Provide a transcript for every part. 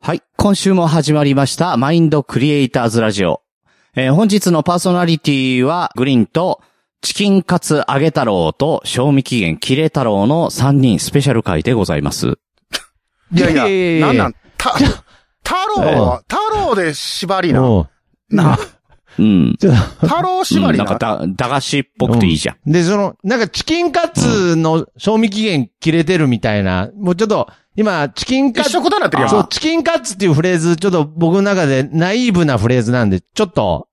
はい。今週も始まりました、マインドクリエイターズラジオ。えー本日のパーソナリティは、グリーンと、チキンカツ揚げ太郎と、賞味期限キレ太郎の3人スペシャル回でございます。いやいや、いやいやいやなんなん、た、太郎は、太郎で縛りな。うん。な、うん。ちょっ太郎縛うんりなんな。かだ、駄菓子っぽくていいじゃん。とで、その、なんかチキンカツの賞味期限切れてるみたいな、もうちょっと、今、チキンカ一ツ、緒くたなってるやん。そう、チキンカツっていうフレーズ、ちょっと僕の中でナイーブなフレーズなんで、ちょっと、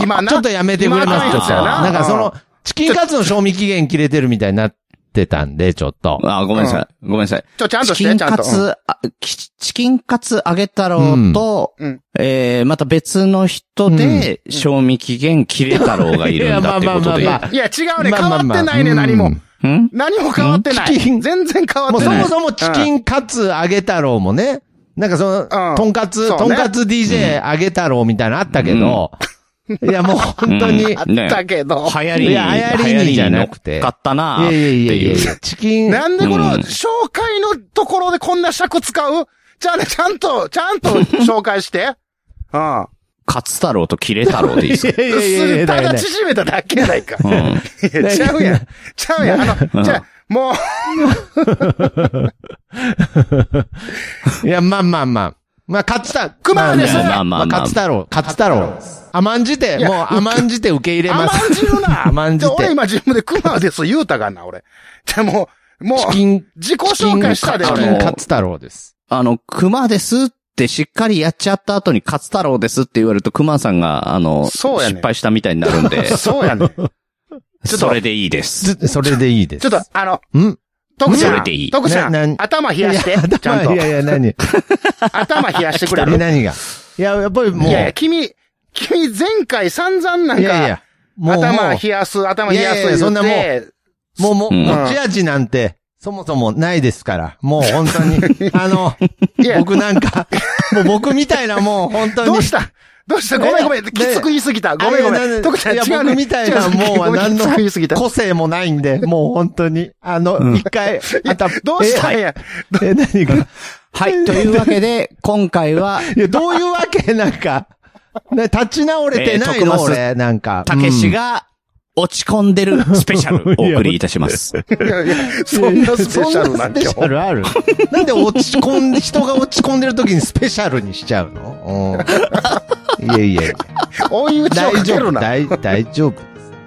今な。ちょっとやめてくれます今かのやつやななんかその、チキンカツの賞味期限切れてるみたいになってたんで、ちょっと。あ、ごめんなさい。ごめんなさい。ちょ、ちゃんとチしキて、ンちゃんカと。ツ、あきチキンカツ揚げ太郎と、うんうんえー、また別の人で、賞味期限切れ太郎がいるんだってことで。いやまあまあまあまあいや、違うね。変わってないね、何うもん。ん何も変わってなうんい。チキン全然変わもっうてそないも。そもチキンカツ揚げ太郎もね、なんかその、うんとんかつ、そうとねんかつ DJ 揚げ太郎みたいなのあったけど、いやもう本当に、いあやったけど。流行りいに、や流行りにじゃなく流行りてに乗っかったなあっいてやいやいやい。いうや、チキン、なんでこのうん紹介のところでこんな尺使うじゃあね、ちゃんと、ちゃ んと紹介して。うん。カツ太郎とキレ太郎でいいですかいやいやいやいやただよだね縮めただけやないか。うんいや、ちゃうやん。ちゃうやん。あうんの、じゃあもう、いや、まあまあまあ。まあ、勝つた、熊はねまあまあままあまああ、勝つ太郎、勝つ太郎。甘んじて、やもう甘んじて受け入れ甘ます。んじるな。甘んじで俺て。今自分で熊です言うたがんな、俺。じゃあもう、もうチ、キン、チ自己キ紹ン、介チしたで、キン俺。勝つ太郎です。あの、熊ですってしっかりやっちゃった後にカツ太郎ですって言われると熊さんが、あの、そうやね、失敗したみたいになるん でそうやね。ちょっそとれでいいです。ずそれでいいです。っと、あの、ん徳ちそゃれんでいい、徳ちゃなんなん、頭冷やしていや、ちゃんとい。やいや、 何頭冷やしてくれえる何がいや、やっぱりもう、いやいや、君、君前回散々なんいか、やいや、もう、も頭冷やす、頭冷やすいやいやいやそんなもん言ってう、もう、もううん持ち味なんて、そもそもないですから。もう本当に。 あの、いや僕なんか、もう僕みたいなもう本当に。どうしたどうしたごめんごめん。ねきつく言いすぎた。ごめんあごいめやん。徳ちゃんい違やうね。僕みたいな違うもんはごめ何きつく言いすぎたの。個性もないんで、もう本当に。あの、一回、頭、どうしたんえや。え、何が はい。というわけで、今回は、いや、どういうわけなんか、ね、立ち直れてないえーの、徳松俺、なんか。たけしが落ち込んでるスペシャルお送りいたします。いやいやうん、そんなスペシャそルんななスんペてシャルある なんで落ち込んで、人が落ち込んでる時にスペシャルにしちゃうのうん。いやいやいや、追い打ち を大かけ丈 る夫、な。大大丈夫。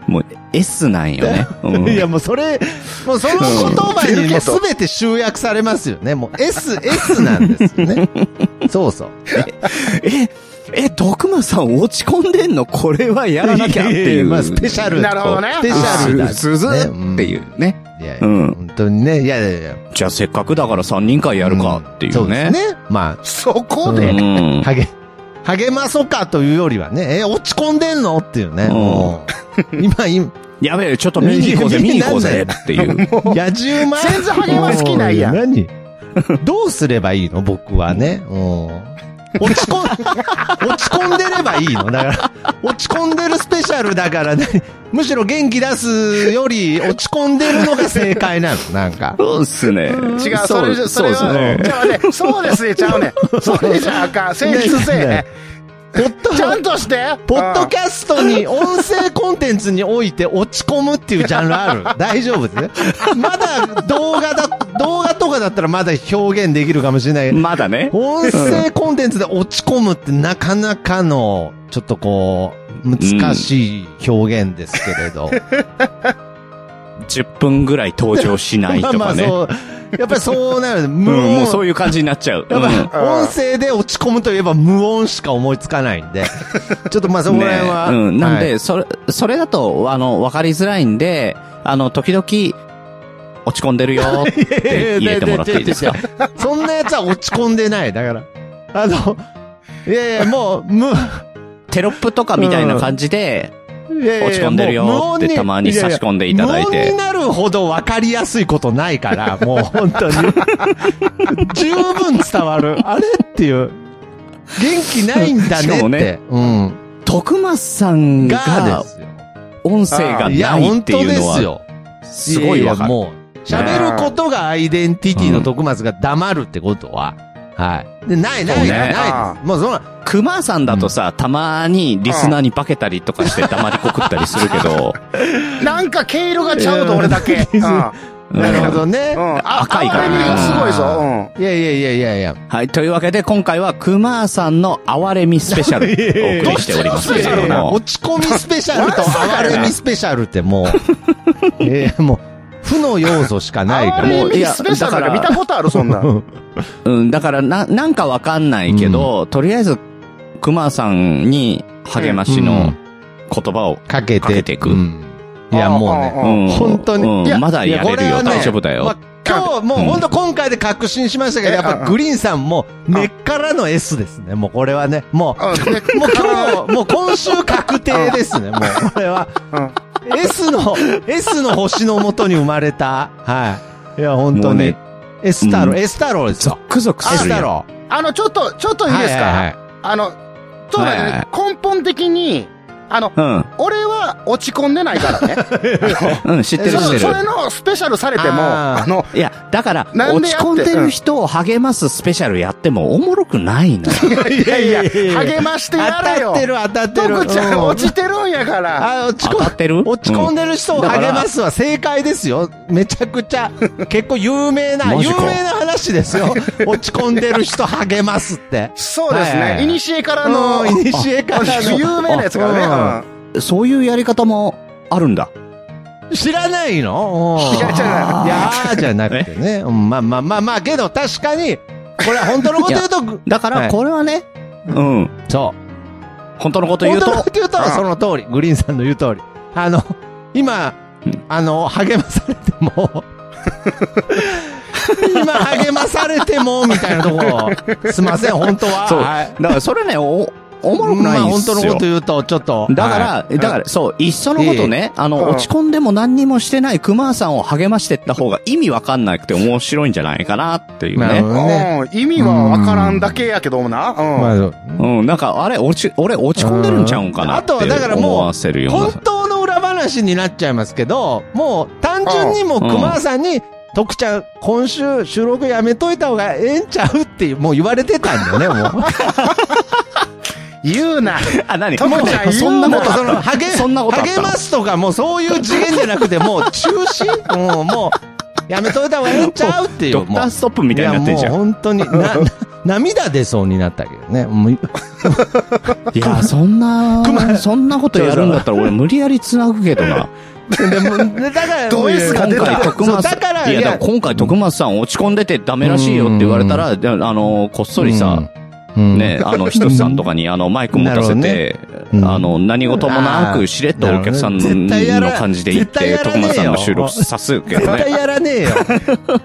もう S なんよね。うんいや、もうそれ、もうその言葉にもう全て集約されますよね。もう S、S なんですよ ね。そうそう。え、え、徳間さん落ち込んでんのこれはやらなきゃっていう。まあ、スペシャル。なるほどねスペシャルだ。すずっていうね。いやいや、うん本当にね。いやいやいや。じゃあせっかくだから3人会やるかっていそううでね。すね。まそこううで、あ、ん。励、励まそうかというよりはね、え、落ち込んでんのっていうね。うんもう、今、今、やべえ、ちょっと見に行こうぜ、いや見いにや行こうぜっていう。野獣馬全然励ます気ないやんもう何どうすればいいの僕はね。うん 落ち込ん、落ち込んでればいいのだから、落ち込んでるスペシャルだから、ね、むしろ元気出すより落ち込んでるのが正解なのなん か。そうっすね。違う、それじゃ、そそれうっすは、ね。ちゃうね。そうですね、ちゃうね。それじゃあかん。成立せえへんねポッドちゃんとして。ポッドキャャストに、音声コンテンツにおいて落ち込むっていうジャンル ある。大丈夫ですまだ動画だ、動画とかだったらまだ表現できるかもしれない。まだね。音声コンテンツで落ち込むってなかなかの、ちょっとこう、難しい表現ですけれど。 10分ぐらい登場し ないまあと まかあね。そう、やっぱりそうなる。う無ん、音。もうそういう感じになっちゃう。やうんっぱ、音声で落ち込むといえば無音しか思いつかない んで。ちょっとまあそこら辺は。ねうん。なんはで、い、それ、それだと、あの、わかりづらいんで、あの、時々、落ち込んでるよって入れてもらっていいですかそんなやつは落ち込んでない。だから。あの、いやいや、もう、無、テロップとかみたいな感じで、いやいや落ち込んでるよもう無音ってたまに差し込んでいただいてやや無音になるほど分かりやすいことないから、もう本当に。 十分伝わる。あれっていう。元気ないんだねしっかて。もねうん。徳松さんががで、すよ。音声がいや、ないっ本て当いうでのすは、よ。すごいわかやる。やもう、喋ることがアイデンティティの徳松が黙るってことは、はい。でない、なそうい、ねない。もうその、熊さんだとさ、たまにリスナーに化けたりとかして黙りこくったりするけど、なんか毛色がちゃうと俺だけ。うん。うん。あうんなるほどね。赤いからね哀れみがすごいぞ。うん。いやいやいやいやいや。 はい。というわけで、今回は熊さんの哀れみスペシ ャルお送りしておりますけれども。落ち込みスペシャルと哀れみスペシャルっ てもう、えー、もう、負の要素しかないかあら。もうれいいやや、スペシャルが見たことある、そんな。ううんん。うん、だから、な、なんかわかんないけど、とりあえず、熊さんに励ましうのん言葉を、かけかけてていくうんいや、もうね。ううんん、本当にうんいやまだやれるいよ、こはね大丈夫だよ。まあ今日、もう本当今回で確信しましたけど、うんやっぱグリーンさんも根っからの S ですね。もうこれはね、もう、もう今日、もう今週確定です ね。もうこれは、うん。 S の、S の星のもとに生まれた。はい。いや、本も当うにね。 S 太う郎、ん S 太郎ですゾよ。クゾク S する太やん。郎。あの、ちょっと、ちょっといいですはいはいかはいあの、そうなんはいだね。根本的に、あの、うん。俺は落ち込んでないからね。うん、知ってる知そっのてそるれ。のスペシャルされても、あーあの、いや、だから、な落んでちやって込んでる人を励ますスペシャルやってもおもろくないの。いやいや、当励ましてやれたよ。ってる当たってる。徳ちゃん落ちちてるんやから。あ、落ち当た込ってるむ。落ち込んでる人をうんだから励ますは正解ですよ。めちゃくちゃ、結構有名な、マジ有か名な話です よ。落ち込んでる人励ますって。そうですはいはいはね。いいにしえからあのの、いにしえからの有名なやつからね。うんそういうやり方もあるんだ。知らないのうんいや違う違ういやーじゃなくてね。うんまあまあまあまあ、けど確かに、これは本当のこと言うと、だかはら、いこれはね、うん。そう。本当のこと言う本当とのこ、と言うと、うんその通り。グリーンさんの言う通り。あの、今うん、あの、励まされても、 今励まされても、みたいなとこ、すいません、本当 は。そうはい。だからそれね、お、おもろくないんまあで本当のすこよと。言うと、ちょっと。だから、はいだから、そう、いっそのことね、あの、うん落ち込んでも何にもしてない熊さんを励ましてった方が意味わかんなくて面白いんじゃないかなっていうなるね。ほどね。うん。意味はわからんだけやけどもな。まあうん。そううん、なんか、あれ、落ち、俺落ち込んでるんちゃうんかなってうんあとはだからもう思わせるような本。当の裏話になっちゃいますけど、もう単純にもう熊さんに、徳ちゃん、今週収録やめといた方がええんちゃうっていう、もう言われてたんだよね、もう。言うな。あ、何徳ちゃん言うなそんなことあその、った励、そんなことあった励ますとか、もうそういう次元じゃなくて、もう中心もう、もう、やめといた方がええんちゃうっていう、ドクタもーう。ストップみたいになってんじゃん。いいや、もう本当に、 な、な涙出そうになったけどね。もうや、そんな、そんなことやるんだったら俺無理やり繋ぐけどな。で もだから、ド S が今出た回徳松そうだからいや、いやだから今回徳松さん落ち込んでてダメらしいよって言われたら、であの、こっそりさ、うん、ね、あの、ひとしさんとかに、あの、マイク持たせて、うんあの、何事もなく、しれっとお客さんなるほどね絶対やらの感じで行っ絶対て、やらねえ徳よ間さんの収録さすけ絶どね対。やらねえよ。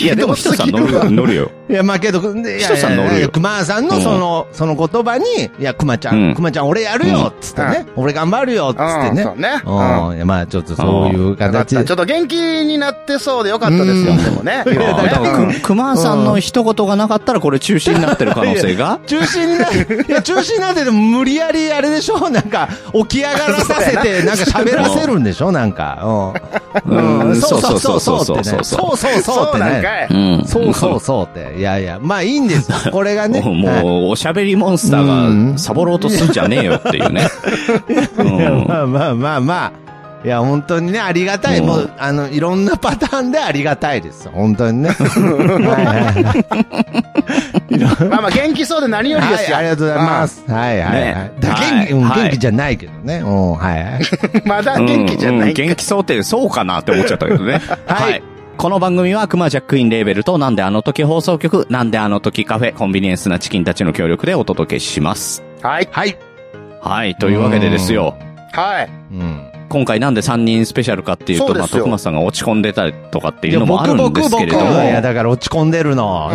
いや、でも、ひとしさん乗る、乗るよ。いや、まあけど、いやい人さん乗やるいやよ熊さんのその、その言葉に、いや、熊ちゃうんん、熊ちゃん俺やるよっつってね。俺頑張るよっつってうん。ねそ。うね。ううんん。いやまあちょっとそういうよかった形ちょっで。と元気になってそうでよかったですよ、うんで もね。いやだから、く熊さんの一言がなかったら、これ中止になってる可能性が中心にな、いや、中心になってて無理やりあれでしょなんか、起き上がらさせて、なんか喋らせるんでしょなんか。ううんん。うんそうそうそうそうそそうそううってね。そうそうそうっそうてなんね。かい。うん。そうそうそうって。いやいや、まあいいんですよ。これがね。もうはいもう、おしゃべりモンスターが、サボろうとすんじゃねえよっていうね。いやうんまあまあまあまあ。いや、本当にね、ありがたい。うんもう、あの、いろんなパターンでありがたいです。本当にね。はいはいまあまあ元気そうで何より ではすい、よ。ありがとうございます。はいはいはいね。だから元気、はいうんはい元気じゃないけどね。うん、はいはい。うん。まだ元気じゃなうんい。元気そうって、そうかなって思っちゃったけどね。はいこの番組は、クマジャックインレーベルと、なんであの時放送局、なんであの時カフェ、コンビニエンスなチキンたちの協力でお届けします。はい。はい。はい。というわけでですよ。はい。うん。今回なんで3人スペシャルかっていうそと、うでますあ、よ徳松さんが落ち込んでたりとかっていいうや、のもあ僕、るんで僕、すけ僕、れいども、や、だから落ち込んでるの。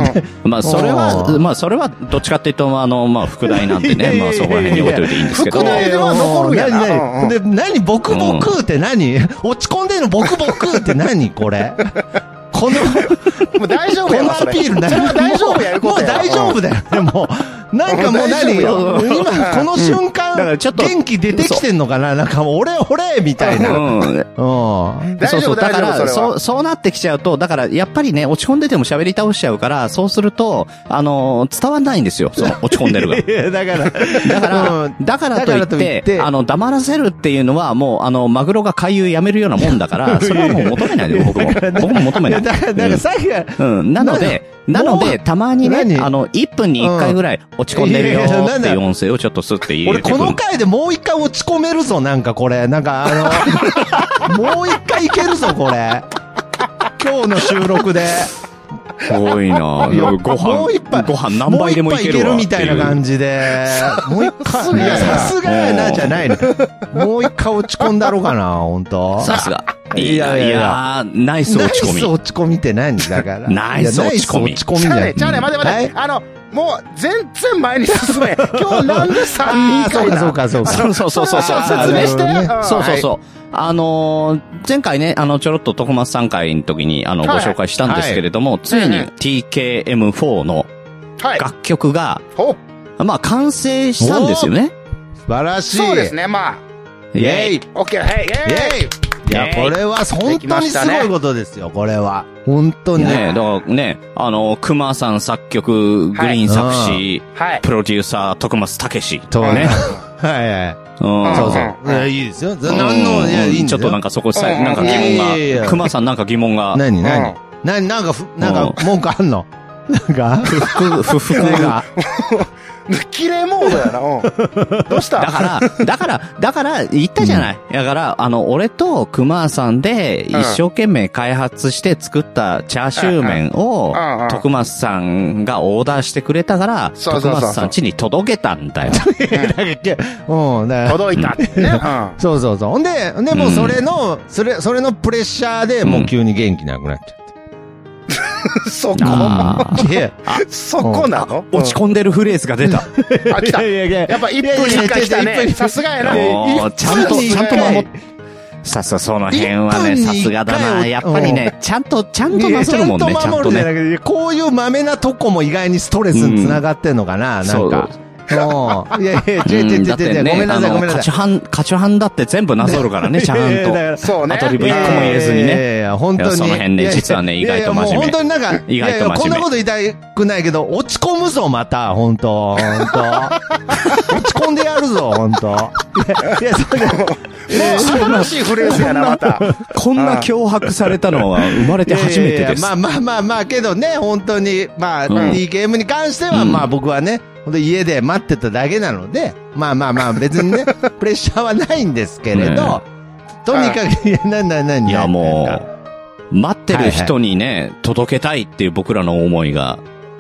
まあ、それは、うんまあ、それは、どっちかっていうと、あの、まあ、副題なんでいやいね、やまあ、そこら辺に置いといていいんですけど副。題は残るやな何うんう何んで、何僕僕って何 落ち込んでるの僕僕って何これ。 この、もう大丈夫こやのわ、アそれ。ピールなそれは大丈夫や、もうもう大丈夫だよ。もう、なんかもう大丈何夫よ今、この瞬間、だからちょっと元気出てきてんのかななんかもう、俺、俺みたいな。うん。うん。大丈夫そうそう、だか大丈夫ら、それはそう、そうなってきちゃうと、だから、やっぱりね、落ち込んでても喋り倒しちゃうから、そうすると、あのー伝わんないんですよ、その、落ち込んでる が。いや、だから、 だから、うんだからといだからといっ、っててあの、黙らせるっていうのは、もう、あの、マグロが回遊やめるようなもんだから、それはもう求めないで、僕も。僕も求めいなやい。 だから、だから、さっきから、うん、なので、ななのもで、うたまにね、何あの、1分に1回ぐらい落ち込んでるよいやいやなっんてだいう音声をちょっとスッて入れ俺、てくこる。の回でもう一回落ち込めるぞ、なんかこれ。なんか、あ の、もう一回いけるぞ、これ。今日の収録で。すごいな ぁなんかごもう飯、一杯ご飯何杯でもいけるわもっうて一杯いけるみたいな感じで。もう一す回、いがや、やさなすがやな、じゃないの。もう一回落ち込んだろうかな、ほんと。さすが。いいやいやいややいやナイス落ちナ込イスみ。落ち込みって何だから。ナイス落ち込みいやナイス落ち込みじじゃゃあないね、じゃあね、待て待て。あの、もう、全然前に進め。今日なんで3ああ、人そ会うか、なそうか、そうか。そうそうそうそうそう。説明して。あなるほどねんそうそうそう。あのー前回ね、あの、ちょろっと徳松さん会の時に、あの、ごはい紹介したんですけれども、ついにうん TKM4 のはい。楽曲が、ほまあ、完成したんですよね。素晴らしい。そうですね、まあ。イェイオッケー、はい、イェいイや、これは本当にすごいことですよ、これは。本当に。ねえ、だからね、あの、熊さん作曲、グリーン作詞、はい。プロデューサー、徳松武史。とね。うはいはい。うんんそうそうう。んいや、いいですよ。何の、いや、いいんですちょよ。っとなんかそこさ、うんなんか疑問いやいやいが、や熊さんなんか疑問が、何 ん何何なんかふ、なんか文句あんの なんか 不服、不服が。綺麗モードやな、うんどうしただから、だから、だから、言ったじゃない。だから、あの、俺と熊さんでうん一生懸命開発して作ったチャーシュー麺をうんうん、徳松さんがオーダーしてくれたから、そうそう徳そうそう松さん家に届けたんだよ。うん、だから。届いたってね。うんそうそうそう。ほんで、ほんで、もうそれの、それ、それのプレッシャーで、もう急に元気なくなっちゃっそこあーて。 いや、そこなの落ち込んでるフレーズが出た。うんあ、来た。いややいやいやっぱ1分に1回来たいやいやいやいね。やさすがやな。おーちゃんと、一ちゃん分とに一回守っさすがその辺はね、一分さに一回すがだな。やっぱりね、ちゃんと、ちゃんとないさやるもんね、ちゃんとじゃね。なくて、こういう豆なとこも意外にストレスにつながってんのかな、んなんか。うん。いやいや、ちょいちうょいんちだょっいちょいてねごめんなさい、ごめんあのなカチさュハン、カチュハンだって全部なぞるからね、い。ちゃんいやいやだかと。らそうね。アドリブい一や個も入れずにいやね。いや、本当いやに。その辺ねいやいや実はね意外と真面目いやいやもう本当になんか、 意外と真面目いやいやこんなこと言いたくないけど、落ち込むぞ、また、本当 本当落ち込んでやるぞ、本当いや、いやそうだよもう新しいフレーズやな、また。こんな脅迫されたのは生まれて初めいてやいやでいやす。まあまあまあまあ、けどね、本当に、まあ、うん DKM に関しては、うんまあ僕はね、本当家で待ってただけなので、まあまあまあ、別 にね、プレッシャーはないんですけれど、とにかく、いや、な、な、な、ないや、もう、待ってる人にね、届けたいっていう僕らの思いが、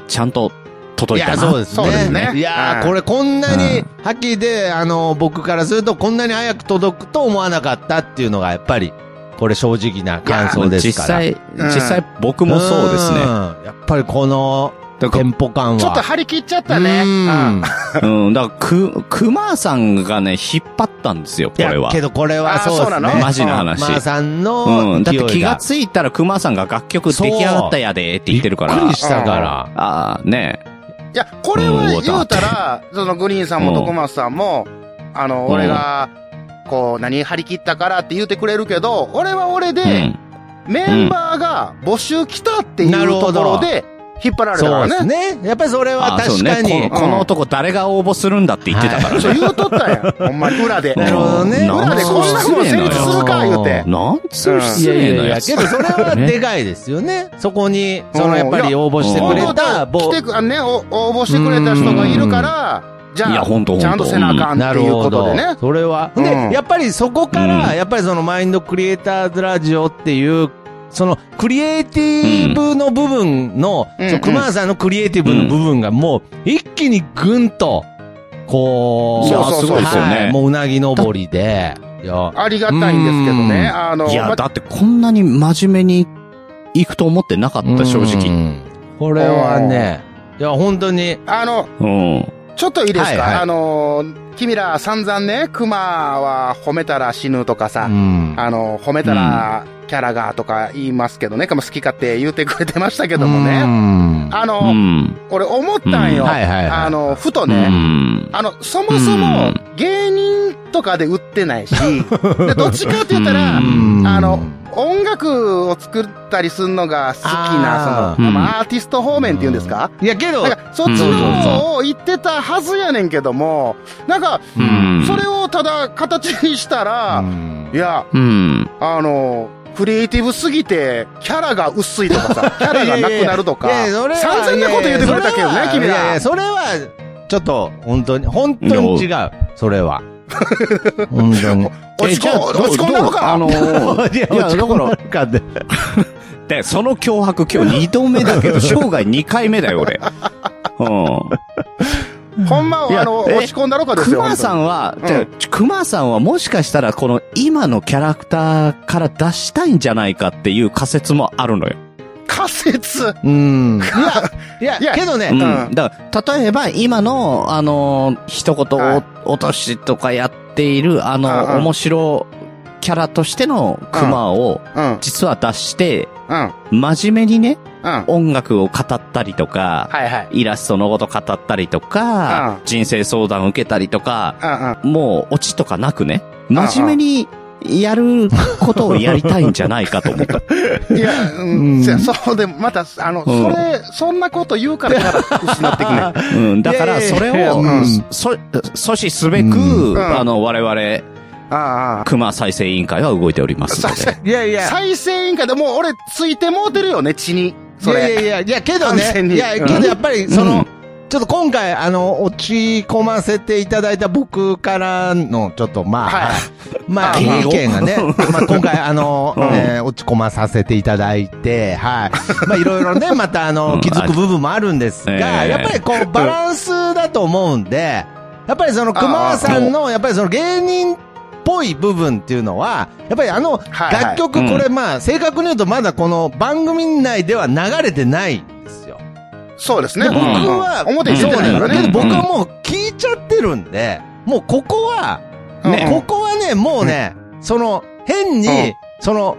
ちゃんとい届いたや、な。そうですそうですねね。いやうんー、これこんなうにん、はっきりで、あの、僕からするとこんなに早く届くと思わなかったっていうのが、やっぱり、これ正直な感想です実から。際、うん実際僕もそうですんね。やっぱりこの、だかテらンポ感は。ちょっと張り切っちゃったね。ううんん。うん、だから、く、熊さんがね、引っ張ったんですよ、こいやれはけ。どこれあはそーうですそうなのね。マジな話。まあさんうのん、だっ勢いてが、気がついたら熊さんが楽曲出来上がったやでって言ってるから。びっくりしたから。ああ、ねいや、これは言うたら、そのグリーンさんうもん徳松さんも、あうの、ん俺が、こう、何、張り切ったからって言ってくれるけど、俺は俺え。うで、ん。メンバーが募集来たっていうなるほとどころで、引っ張られたそかうでらすね。ね。やっぱりそれはあそう確ねかに。この。この男誰が応募するんだって言ってたからそうね。言うとったんや。ほんまに裏で。ななるるほほどどねね。裏でこんなこともん成立するか言うて。なんつうい失やいや礼ないやや、つけ。どそれはでかいですよね。そこに、そのやっぱり応募してうんくいれやた、ぼ来てく、あね、お応募してくれた人がいるから、じゃいやほんとほんとあ、ちゃんとせなあかんなってるいうほことどでね。。それは。うんで、やっぱりそこかうら、んやっぱりそのマインドクリエイターズラジオっていう、そのクリエイティブの部分の、うんそうのん熊田さんのクリエイティブの部分がもう一気にぐんと、こう、そうそうそうそうねはいもううなぎ登りで、いやありがたいんですけどうんね。あの、いや、まだってこんなに真面目に行くと思ってなかった、正直。直。これはね、いや、本当に、あの、うん。ちょっといいですか、はいはいあのー、君ら散々ね、熊は褒めたら死ぬとかさ、うんあの、褒めたらキャラがとか言いますけどね、まあ好き勝手言うてくれてましたけどもうね。んあうの、ん。俺思ったんよ。うんはいはいはいあの、ふとうね、ん。あの、そもそもうん、芸人とかで売ってない し、でどっちかって言ったら、あうんの、音楽を作ったりするのが好きなあ、ーその、まうんあ、アーティスト方面って言うんですか、いや、けど、なんか、そっちの方を言ってたはずやねんけども、なんか、うんそれをただ形にしたら、うんいや、うん。あの、クリエイティブすぎて、キャラが薄いとか さ、キャラがなくなるとか、いやいやそれは散々なこと言ってくれたけどいやいねや、君いやいらや、。それは、ちょっと、本当に、本当に違う。それは。本当に。落ちえじゃあ込ん、落ち込んだのどうあかのー いや、だから、ら、 で、その脅迫今日2度目だけど、生涯2回目だよ、俺。うん。ほんまいやは、あの、え落ち込んだのかですよ。熊さ本んは、うんじゃあ熊さんはもしかしたらこの今のキャラクターから出したいんじゃないかっていう仮説もあるのよ。当に仮説。うん。いや、いいやや、けどうね、ん。だから、例えば今の、あのー、一言はいお落としとかやっている、あのうんうー、ん面白キャラとしての熊をうん、うん、実は出して、うん。真面目にね、は音楽を語ったりとか、いはい。イラストのこと語ったりとかう、人生相談を受けたりとか、うんうん。もうオチとかなくね、真面目にやることをやりたいんじゃないかと思った。いや、うん、うんせやそうで、また、あの、それ、そんなこと言うからキャラ失ってき ない。うん、だからいやいそやれいやを、うんそ、阻止すべく、うんあの、我々、ああ、熊再生委員会は動いておりますの再で。生、いやいや、再生委員会でもう俺ついてもうてるよね、血に。そいやれ。いやいや、いや、けど完全ね、にいや、けどやっぱり、その、うんちょっと今回、あの、落ち込ませていただいた僕からの、ちょっと、まあ、はいまあ、あ経験が ね、まあ、今回、あの、うんえー落ち込まさせていただいて、はい。まあ、いろいろ ね、また、あうんの、気づく部分もあるんですえが、えやっぱり、こう、バランスだと思うんで、やっぱりその、熊さんの、やっぱりその、芸人、っぽい部分っていうのは、やっぱりあの、はいはい楽曲、これまあ、正確に言うとまだこの番組内では流れてないんですよ。そうですね。で僕は、うん表にそ出うてないなのからけどね。僕はもう聞いちゃってるんで、もうここは、うんねここはね、もうね、その、変に、うんその、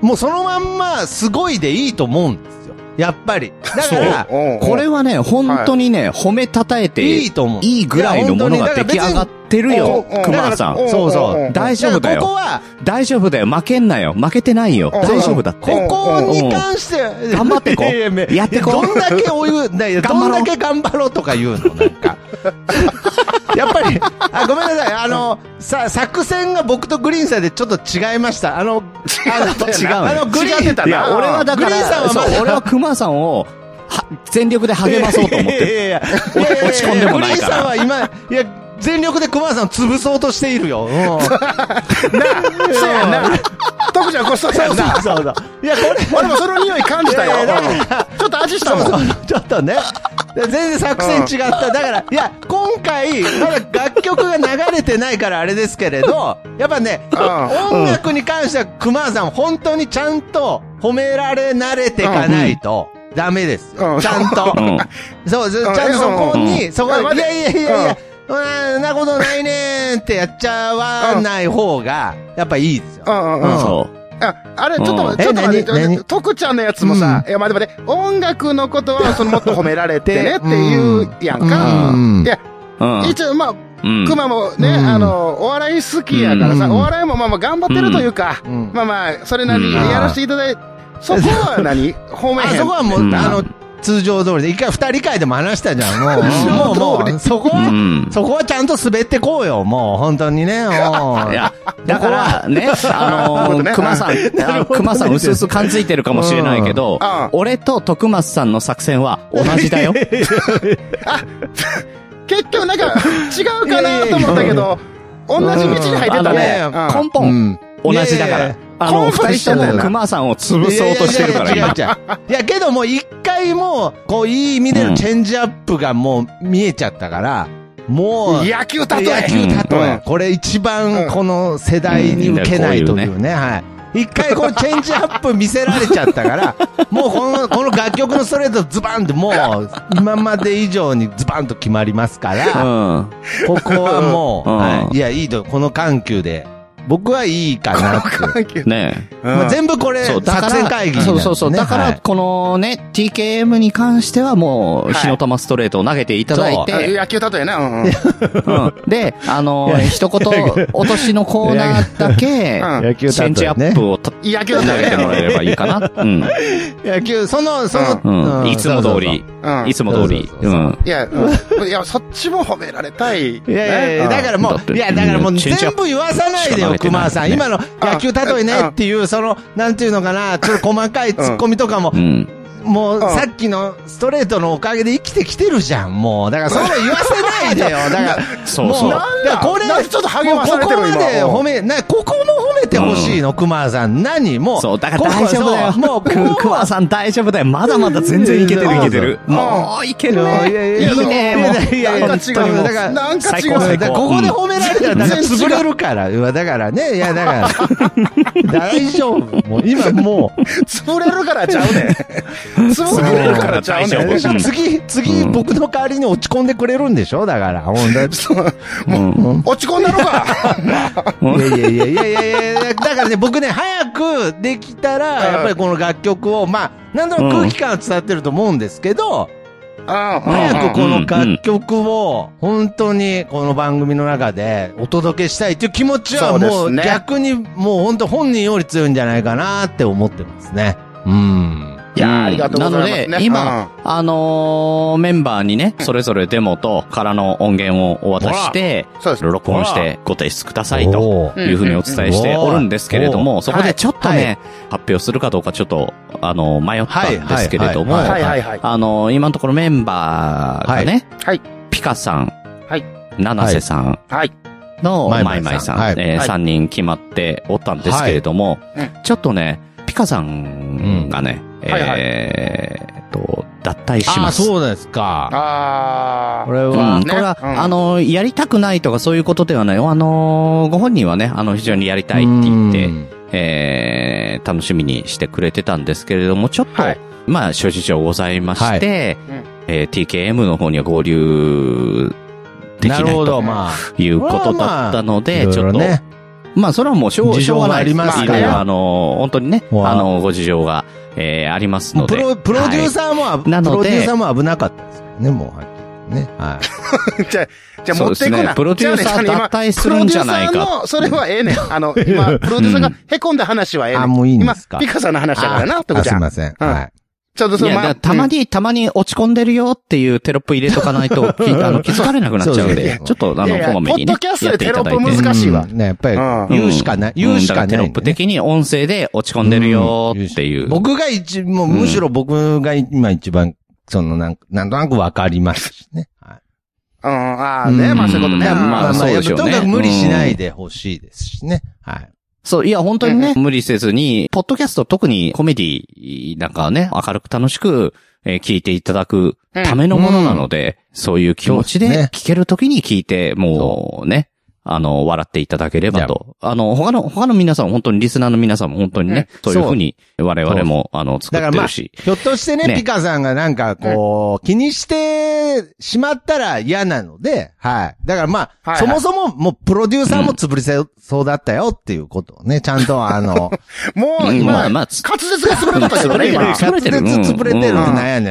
もうそのまんま、すごいでいいと思うんですよ。やっぱり。だから、うんうんこれはね、本当にね、褒めたたえていいいと思う。いぐらいのものが出来上がってるようんうん、熊さだからん。そうそうんんん大丈夫だだからここよ。は、大丈夫だよ。負けんなよ。負けてないよ。うん大丈夫だっうんて。ここに関して、頑張ってこ いやいやめやってこどんだけお湯、だいや頑張どんろうだけ頑張ろうとか言うの、なん か。やっぱり、あ、ごめんなさい、あの、さ、作戦が僕とグリーンさんでちょっと違いまし た。あの、あの違うのあの、グリーン違ってたないや、俺はだかグリーンさんら、はまそだう、俺は熊さんを、は、全力で励まそうと思ってる。いやいやいや落ち込んでもないからグリーンさんは今、いや、全力で熊さんを潰そうとしているよ。うんそうやな。徳ちゃん、こっそりやんな。そうそう。いや、これ、俺もその匂い感じたよいやいや。うんちょっと味したそうもん。そう、ちょっとね。全然作戦違った。だから、いや、今回、まだ楽曲が流れてないからあれですけれど、やっぱね、う音楽に関しては熊さん本当にちゃんと褒められ慣れてかないと、ダメですよ。うんちゃんと。うんそう、ずちうゃんんとそこに、うそこに、いやい待っやていやいやいや、そんなことないねーってやっちゃわない方が、やっぱいいですよう。んうんうん。そう。ああれ、ちょっとうん待って、ちょっと待ってちょっとえ待っ何て、徳ちゃんのやつもさ、いや、待って待って、音楽のことは、そのもっと褒められてねっていうやんか。うんいや、うん。一応、まあ、うん熊もね、うんあの、お笑い好きやからさ、うんお笑いもまあまあ頑張ってるというか、うんまあまあ、それなりにうんやらせていただいて、そこは何褒めへん。あそこはもう、うんあの、通常通りで、一回二人会でも話したじゃん、 もう。もう、通りもう、そこうは、ん。そこはちゃんと滑ってこうよ、もう、本当にね、もう。 いや、だから、 ね、あのー、熊さん、あの熊さん、うすうす感づいてるかもしれないけどうんうん、俺と徳松さんの作戦は同じだよ。 結局なんか、違うかなと思ったけど、同じ道に入ってたね。うんうん根本、同じだかいやいやら。あの、根本二一緒人だよなとも熊さんを潰そうとしてるから、いや今い。やいや違う違ういや、けどもう一回もう、こう、いい意味でのチェンジアップがもう見えちゃったから、もう、野球例野え。球だと、うんこれ一うん番この世代に受けないというね、うはい。一回こうチェンジアップ見せられちゃった から、もうこの、この楽曲のストレートズバンってもう、今まで以上にズバンと決まりますから、うん。ここはもう、うんはい、いや、いいと、この緩急で僕はいいかなって。ねえ。まあ、全全部これ、そう、作だから、戦会議なんですそね。うそうそう。だかはら、いこのね、TKM に関してはもう、はい火の玉ストレートを投げていただい部。て、野球例えね。うんうん。うんで、あのいや、一言、落としのコーナーだけ、うん野球チェンジアップをたいい野球投例げえてもらえね。ればいいかな。うん。野球、その、その、うん。いつも通り。うん。いつも通りそう。そうう。そうんいや、うんいや、そっちも褒められたい。いやいやいや、だからもだってう、いや、だからもううんチェンジアッ全プ部言わさないしかで投げよ、てない熊さん。ね今の野球例えねっていう、その、なんていうのかな、ちょっと細かいツッコミとかもう、ん。もう、んさっきのストレートのおかげで生きてきてるじゃん、もう。だから、そういうの言わせないでよ。だから、そうもそうなんだだからこれ、なんかちょっと励まされてるもうここまで今褒め、な、ここも褒めてほしいの、熊さん。何もう。そう、だから大丈夫だよ。ここそうもう、こくこくまはさん大丈夫だよ。まだまだ全然いけてるいけてる。うんもういけるうんね。いやいやいやいいね。もういやいやなん本か違当にう。もうだからなんか違最高う最。だからここで褒められたら、なんか全然違潰うれるから。うわ、だからね、いや、だから、大丈夫。もう、今もう、潰れるからちゃうね。潰れるからちゃう大丈ね夫。うん次、次、うん僕の代わりに落ち込んでくれるんでしょだから、ほんとそううん落ち込んだのか。 いやいやいやいやいやいや、だからね、僕ね、早くできたら、やっぱりこの楽曲を、まあ、なんとなく空気感は伝わってると思うんですけど、早くこの楽曲を、本当にこの番組の中でお届けしたいという気持ちは、もそううですね逆に、もう本当本人より強いんじゃないかなって思ってますね。うん。いやーありがとうございますねなので、今、あのーメンバーにね、それぞれデモと空の音源をお渡しして、そうです。録音してご提出くださいと。おーいうふうにお伝えしておるんですけれどうんうんうも、んそこでちょっとね、は発表するかどうかちょっと、あの、迷ったんですけれども、はいはいはいはい。あの、今のところメンバーがね、はいピカさん、はい七瀬さんはい。のはいマイマイさん、マイマイさんえーはい三人決まっておったんですけれども、はいちょっとね、ピカさんがね、んはいはいえーっと、脱退しあまあ、す。そうですか。あこれうんは、これは、うんあの、やりたくないとかそういうことではない。あの、ご本人はね、あの、非常にやりたいって言って、うんえー楽しみにしてくれてたんですけれども、ちょっと、はいまあ、諸事情ございまして、はいうんえー TKM の方には合流できないなるほど、とまあ。いうことだったので、いちろょいっろと、ね。まあ、それはもうしょう、事しょ情うががないありますからいろいろあの、本当にね、わあの、ご事情が、えーありますものうプで。ロ、プロデューーサーもあ、プなのでロデューサーも危なかったですよね、もうはっきりね。はい。ー。 じゃあ、じゃあそう持ですっていくねな。。プロデューサーじゃあね脱退するんじゃないプロデューサーか。の、それはええねん。あの、今、プロデューサーが凹んだ話はええねん。あもういいんですか今、ピカさんの話だからな、とこあちすゃいん。まちせん。うんはい。ょっといその、や、だからたまに、たまに落ち込んでるよっていうテロップ入れとかないと、きあの気づかれなくなっちゃうんそうそうでそ、うちょっと、あいの、やいやこまめにね。ポッドキャストでやっていただいてテロップ難しいわうんね、やっぱりうん、言うしかない。言うしかんだならテロいッ。プ的に音声で落ち込んでるよーっていう。僕が一、もうむしろ僕が今一番、その、なんか、なんとなくわかりますしね。はい。うん、ああ、ね、まあそういうことね。うんまあそうでしょうねとにかく無理しないでほしいですしね。はい。そう、いや、本当にね、無理せずに、ポッドキャスト特にコメディなんかはね、明るく楽しく、えー聞いていただくためのものなので、そういう気持ちそうですでね聞けるときに聞いて、もうね、あの、笑っていただければと。あの、他の、他の皆さん、本当に、リスナーの皆さんも本当にね、そういうふうに、我々も、あの、作だかっらてまあ、るしひ。ょっとしてね、ねピカさんがなんかこう、気にしてしまったら嫌なので、はい。だからまあ、はいそもそももうプロデューサーも潰れそうそうだったよっていうこと をね、ちゃんとあの、もう、うんま今、あま滑あ舌が潰れとったけどね、うん今。潰れてる滑舌潰れてるってうんなんやねん。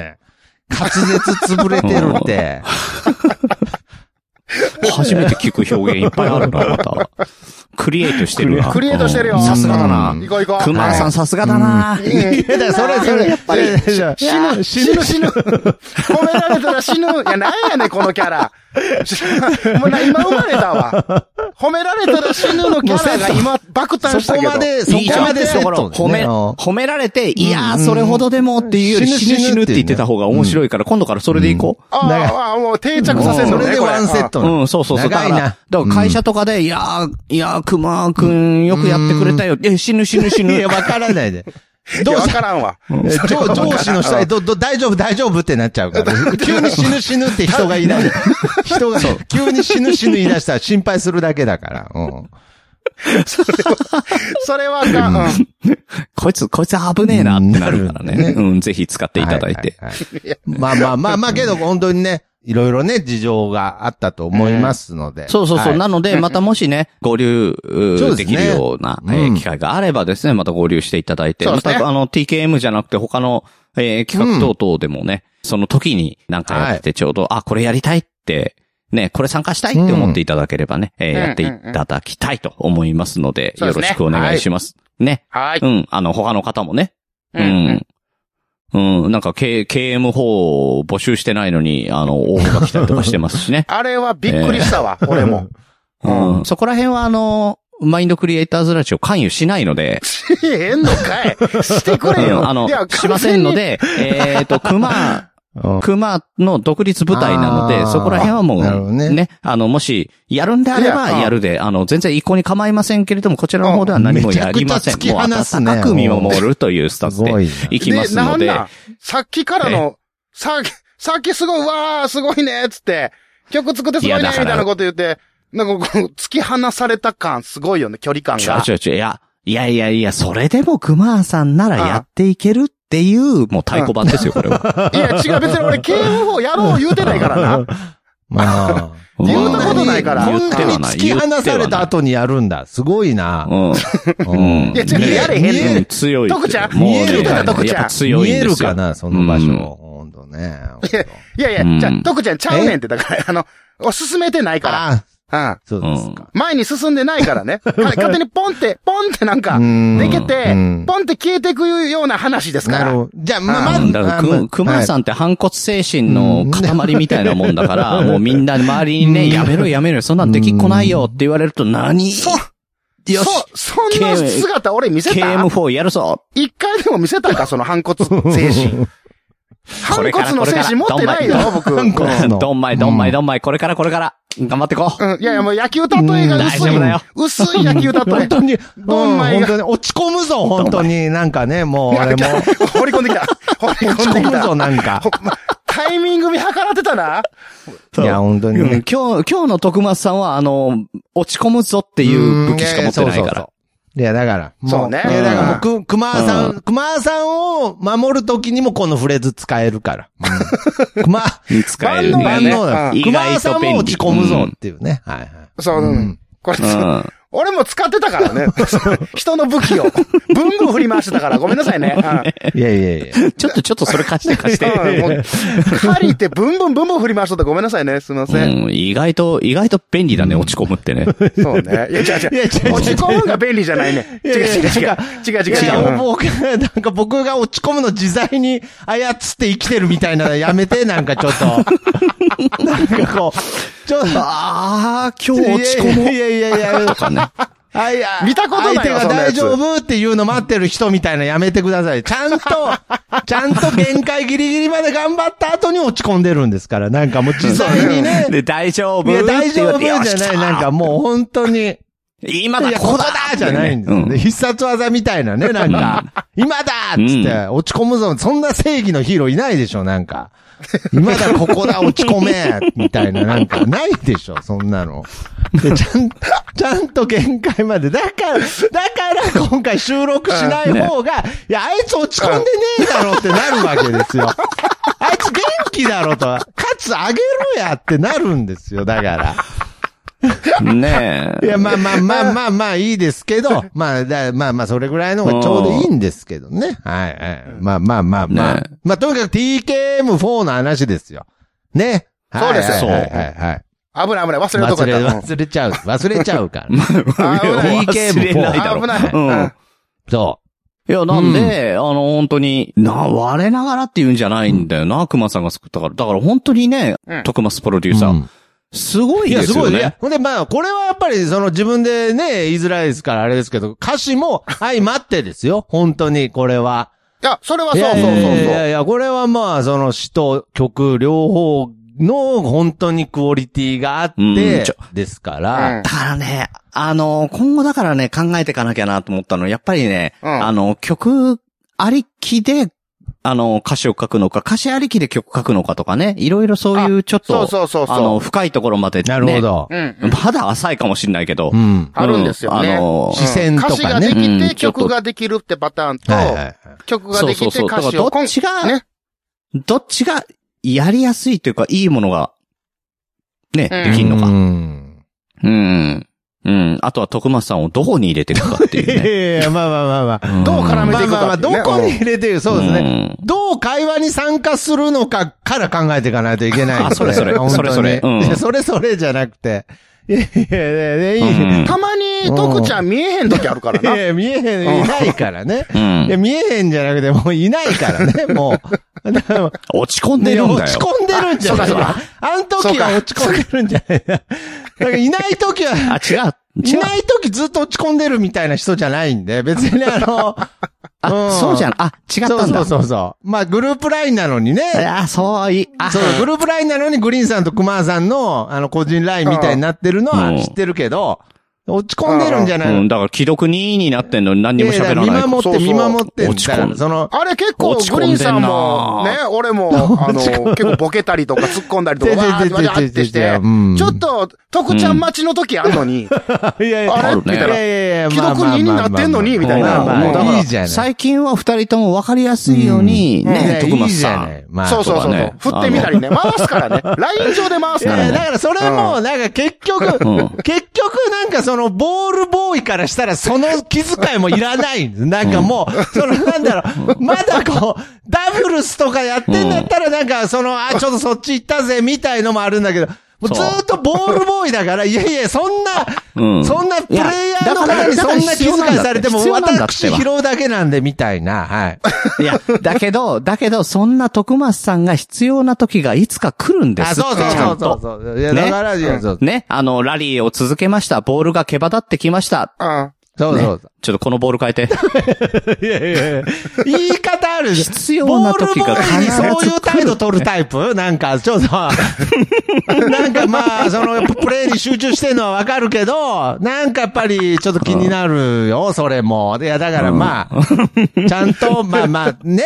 滑舌潰れてるって。初めて聞く表現いっぱいあるな、また。クリエイトしてるな。クリエイトしてるよ。うんさすがだなう。行こう行こう。クマさはんさすがだな。い。うんいや、だからそれ、それ、やっぱりいや死ぬ、死ぬ、死ぬ。褒められたら死ぬ。いや、なんやねん、このキャラ。もうな、今生まれたわ。褒められたら死ぬのキャラが今、爆誕しそこたけど。まで、そいいじこゃまんでセットです褒ねめ、褒められて、いやー、それほどでもっていうより、うん死ぬ死ぬって言ってた方が面白いから、今度からそれでいこう。あだかあああ、もう定着させるそのね。れでこワンセッ。トなうの。ん、そうそうそう。だ長かいら、な。だから会社とかで、いやー、いやー、熊くん、よくやってくれたよ。え、死ぬ死ぬ死いぬや、。わからないで。どうわからんわ。え上上司の下で、ど、ど、大丈夫、大丈夫ってなっちゃうから。急に死ぬ死ぬって人がいない。人が、急に死ぬ死ぬ言い出したら心配するだけだから。うん。それはあかん。うんこいつ、こいつ危ねえなってなるからなるね。ねうん、ぜひ使っていただいて。はははまあまあまあまあけど、本当にね、いろいろね、事情があったと思いますので。そうそうそう。はいなので、またもしね、合流うそうでですねきるような、えーうん機会があればですね、また合流していただいて、そうでますねた、あの、TKM じゃなくて他の、えー企画等々でもね、その時になんかやっててちょうど、あ、これやりたいって、ね、これ参加したいって思っていただければね、えーうんやっていただきたいと思いますので、そうよですろねしくお願いします。ね。はい。うん。あの、他の方もね、ううんん。うん、なんか、K、KM4 を募集してないのに、あの、応募が来たりとかしてますしね。あれはびっくりしたわ、俺も。うんそこら辺はあの、マインドクリエイターズラジオ関与しないので、えんのかいしてくれよ。あのいや、しませんの。で、えっ、と、熊、うん熊の独立部隊なのあで、ーそこら辺はもなるほどう、ねね、あの、もし、やるんであればいやうんやるで、あの、全然一向に構いませんけれども、こちらの方では何もやりません。めちゃくちゃ突き放すねもう温かく見守るというスタンすスごでいいき完ま全にすので、でなん、なんさっきからの、さっき、さっきすごい、うわー、すごいね、つって、曲作ってすごいね、いみやだたからいなこと言って、なんかこう、突き放された感、すごいよね、距離感ちょが。ちょちょ、いや、いやいやいや、それでも熊さんならやっていけるっていう、もう太鼓判ですよ、これは。いや、違う、別に 俺、KM4 やろう言うてないからな。まあ。うん言うたことないからこん言ってはなにない突き放された後にやるんだ。すごいな。うん。うんいや違う見えやれへんねん見える強い。徳ちゃんもうね見えるから徳ちゃんやっぱ強い見んえでるすよ。かな、その場所。うんほんとね。いやいや、うんじゃあ、徳ちゃんちゃうねんって、だから、あの、お進めてないかあ、ら。うん。そうですか。前に進んでな いからね。か勝手にポンって、ポンってなんか、うんでけてうん、ポンって消えていくような話ですかなるら。ほど。じゃあ、まあ、うまんず、だから、あまあく、熊さんって反骨精神の塊みたいなもんだ から、もうみんな周りにね、やめろやめろ、そんなんできっこないよって言われると何、そうよしそう、そんな K- 姿俺見せた KM4 やるぞ一回でも見せ たか、その反骨精神。こ反れから骨の精神持ってないよ、 僕。反骨そうどんまいどんまいどんまい、これからこれから、頑張ってこう。うん、いやいや、もう野球例えが薄うん大丈夫だいよ。薄い野球例本え。当に、うん、どんまい本が当に、落ち込むぞ、本当に。なんかね、もう、俺も、放り込んできた。放り落ち込んで込きむぞ、た。なんかほ。んまタイミング見計らってたな。いや、本当にうん今ね。日、今日の徳松さんは、あの、落ち込むぞっていう武器しか持ってないかうんややそうそうらそ。ういや、だから、もそうねいや、だからもう、く、熊さ、うん熊さんを守るときにもこのフレーズ使える から。うん熊、使える万ね。能だうんクマさんも落ち込む意外とぞ便利っていうね。はいはい。そう、うん。これ、うん俺も使ってたか らね。人の武器を。ブンブン振り回してたから、ごめんなさいね。うんいやいやいや。ちょっと、ちょっとそれ貸して 貸して。うんもう借りてブンブンブンブン振り回しとってごめんなさいね。すいません。うん、意外と、意外と便利だね、落ち込むっ てね。そうね。いや、違ういや違違う違うう。落ち込むが便利じゃないね。い違うやいや違う違う。違ういや違う違う。僕、 なんか僕が落ち込むの自在に操って生きてるみたいなのやめて、なんかちょっと。なんかこう、ちょっと。ああ、今いやいやいやいやいや。ね。あいや見たことない相わ手がそんなや大つ丈夫っていうの待ってる人みたいなやめてください。ちゃんと、ちゃんと限界ギリギリまで頑張った後に落ち込んでるんですから。なんかもう自在に ね。で、大丈夫いや、大丈夫ってじ言ゃわれてない。よし来たなんかもう本当に。今いだ、や、ここここだだじゃないんですよね。うん必殺技みたいなね、なんか。今だっつって、落ち込むぞ。そんな正義のヒーローいないでしょ、なんか。今だ、ここだ、落ち込めみたいな、なんか、ないでしょ、そんなの。で、ちゃん、ちゃんと限界まで。だから、だから今回収録しない方が、いや、あいつ落ち込んでねえだろってなるわけですよ。あいつ元気だろと、かつあげろやってなるんですよ、だから。ねいえ。や、まあまあまあまあまあいいですけど、まあだ、まあまあそれぐらいの方がちょうどいいんですけどね。はいはい。まあまあまあまあ。ねまあとにかく TKM4 の話ですよ。ね。はいそうですはいよはいはいはい。危ない危ない。忘れるとこ忘れ、やった。忘れちゃう。忘れちゃうから。 忘れないだろ。危ないうん。そいや、なんで、あの、本当に、な、我ながらって言うんじゃないんだよな、熊さんが作ったから。だから本当にねう、ん徳松プロデュう。ーサうーん。すごいいでや、すすごよいね。いねや。ほんで、まあ、これはやっぱり、その自分でね、言いづらいですから、あれですけど、歌詞も相まってですよ。本当に、これは。いや、それはそいうそうやそういやいそう。やいや、これはまあ、その詩と曲両方の本当にクオリティがあっうんてちょ、ですかうらん、だからね、あの、今後だからね、考えていかなきゃなと思ったのは、やっぱりね、うんあの、曲ありきで、あの、歌詞を書くのか、歌詞ありきで曲書くのかとかね、いろいろそういうちょっと、そうそうそうあの、そ深いところまで、ね。なるほ。ど。う。うん。まだ浅いかもしれないけど、うん。あるんですよね。うんあのーうん視線とかね歌詞がでうきんて、ちょっと曲ができるってパターンと、はいはいはい。曲ができそうてそうそう歌詞だをからどっちがこんね。どっちがやりやすいというか、いいものが、ね、うんできんのか。うんうん。うん。あとは徳松さんをどこに入れていくかっていうね。いやまあまあまあまあ。んどう絡めまあていくまあまあ、かって いどうね。こに入れてる、そうですね。ね。どう会話に参加するのかから考えていかないといけない。あそれそれ本当にそれそれうんいやそれそれじゃなくて。いやいやいや、いやいやうんたまに、徳ちゃん見えへん時あるからな。いや見えへん、いないからね。うんいや、見えへんじゃなくて、もういないからね、もう。 だから落ち込んでるんだ落ちよ。込んでるんじゃないあそうかあん時は落ち込んでるんじゃないだからいない時は、あ、違う。い違う。ない時ずっと落ち込んでるみたいな人じゃない んで、別にあの、あ、うんそうじゃん。あ、違ったんだ。そうそうそうそう。まあ、グループラインなのにね。あ、そうい、あ、そう、グループラインなのにグリーンさんとクマーさんの、あの、個人ラインみたいになってるのうんは知ってるけど、落ち込んでるんじゃないうのん、だから既読2位になってんのに何にもいや喋いやら見ない。守っそうてそう見守ってん落ちだ込かむら、その、あれ結構、落ちグ込リんーでンんなさんも、ね、俺も、あの、結構ボケたりとか突っ込んだりとか、わーってわーってして、うんちょっと、徳ちゃん待ちの時あんのに、いやいあれあるみたねいな。や既読になってんのにみたいなまあまあもうだからいいじゃない。最近は二人とも分かりやすいように、うんね、い徳やいい松じゃさないん。まあそうそうそうそう、とかね振ってみたりね。回すからね。ライン上で回すいかやだらね。からそれも、なんか結局、うん結局なんかそのボールボーイからしたらその気遣いもいらないんです。なんかもう、そのなんだろう、まだこう、ダブルスとかやってんだったらなんかその、あ、ちょっとそっち行ったぜみたいのもあるんだけど、もうずーっとボールボーイだから、いやいや、そんうな、んそんなプレイヤーのいやだから方にそんな気遣いされても必、要なんだって私拾うだけなんでみたいな、はい。いや、だけど、だけど、そんな徳松さんが必要な時がいつか来るんですあ、って、ちそうそうゃそんうそうと。そう。いや、ねだから、いやそうね、あの、ラリーを続けました。ボールが毛羽立ってきました。うん。そうそう。ちょっとこのボール変 えて。いやいやいや言い方あるじゃん。必要な時がボールボーイにそういう態度取るタイプなんか、ちょっと。なんかまあ、その、プレーに集中してんのはわかるけど、なんかやっぱり、ちょっと気になるよ、それも。いや、だからまあ、ちゃんと、まあまあ、ね、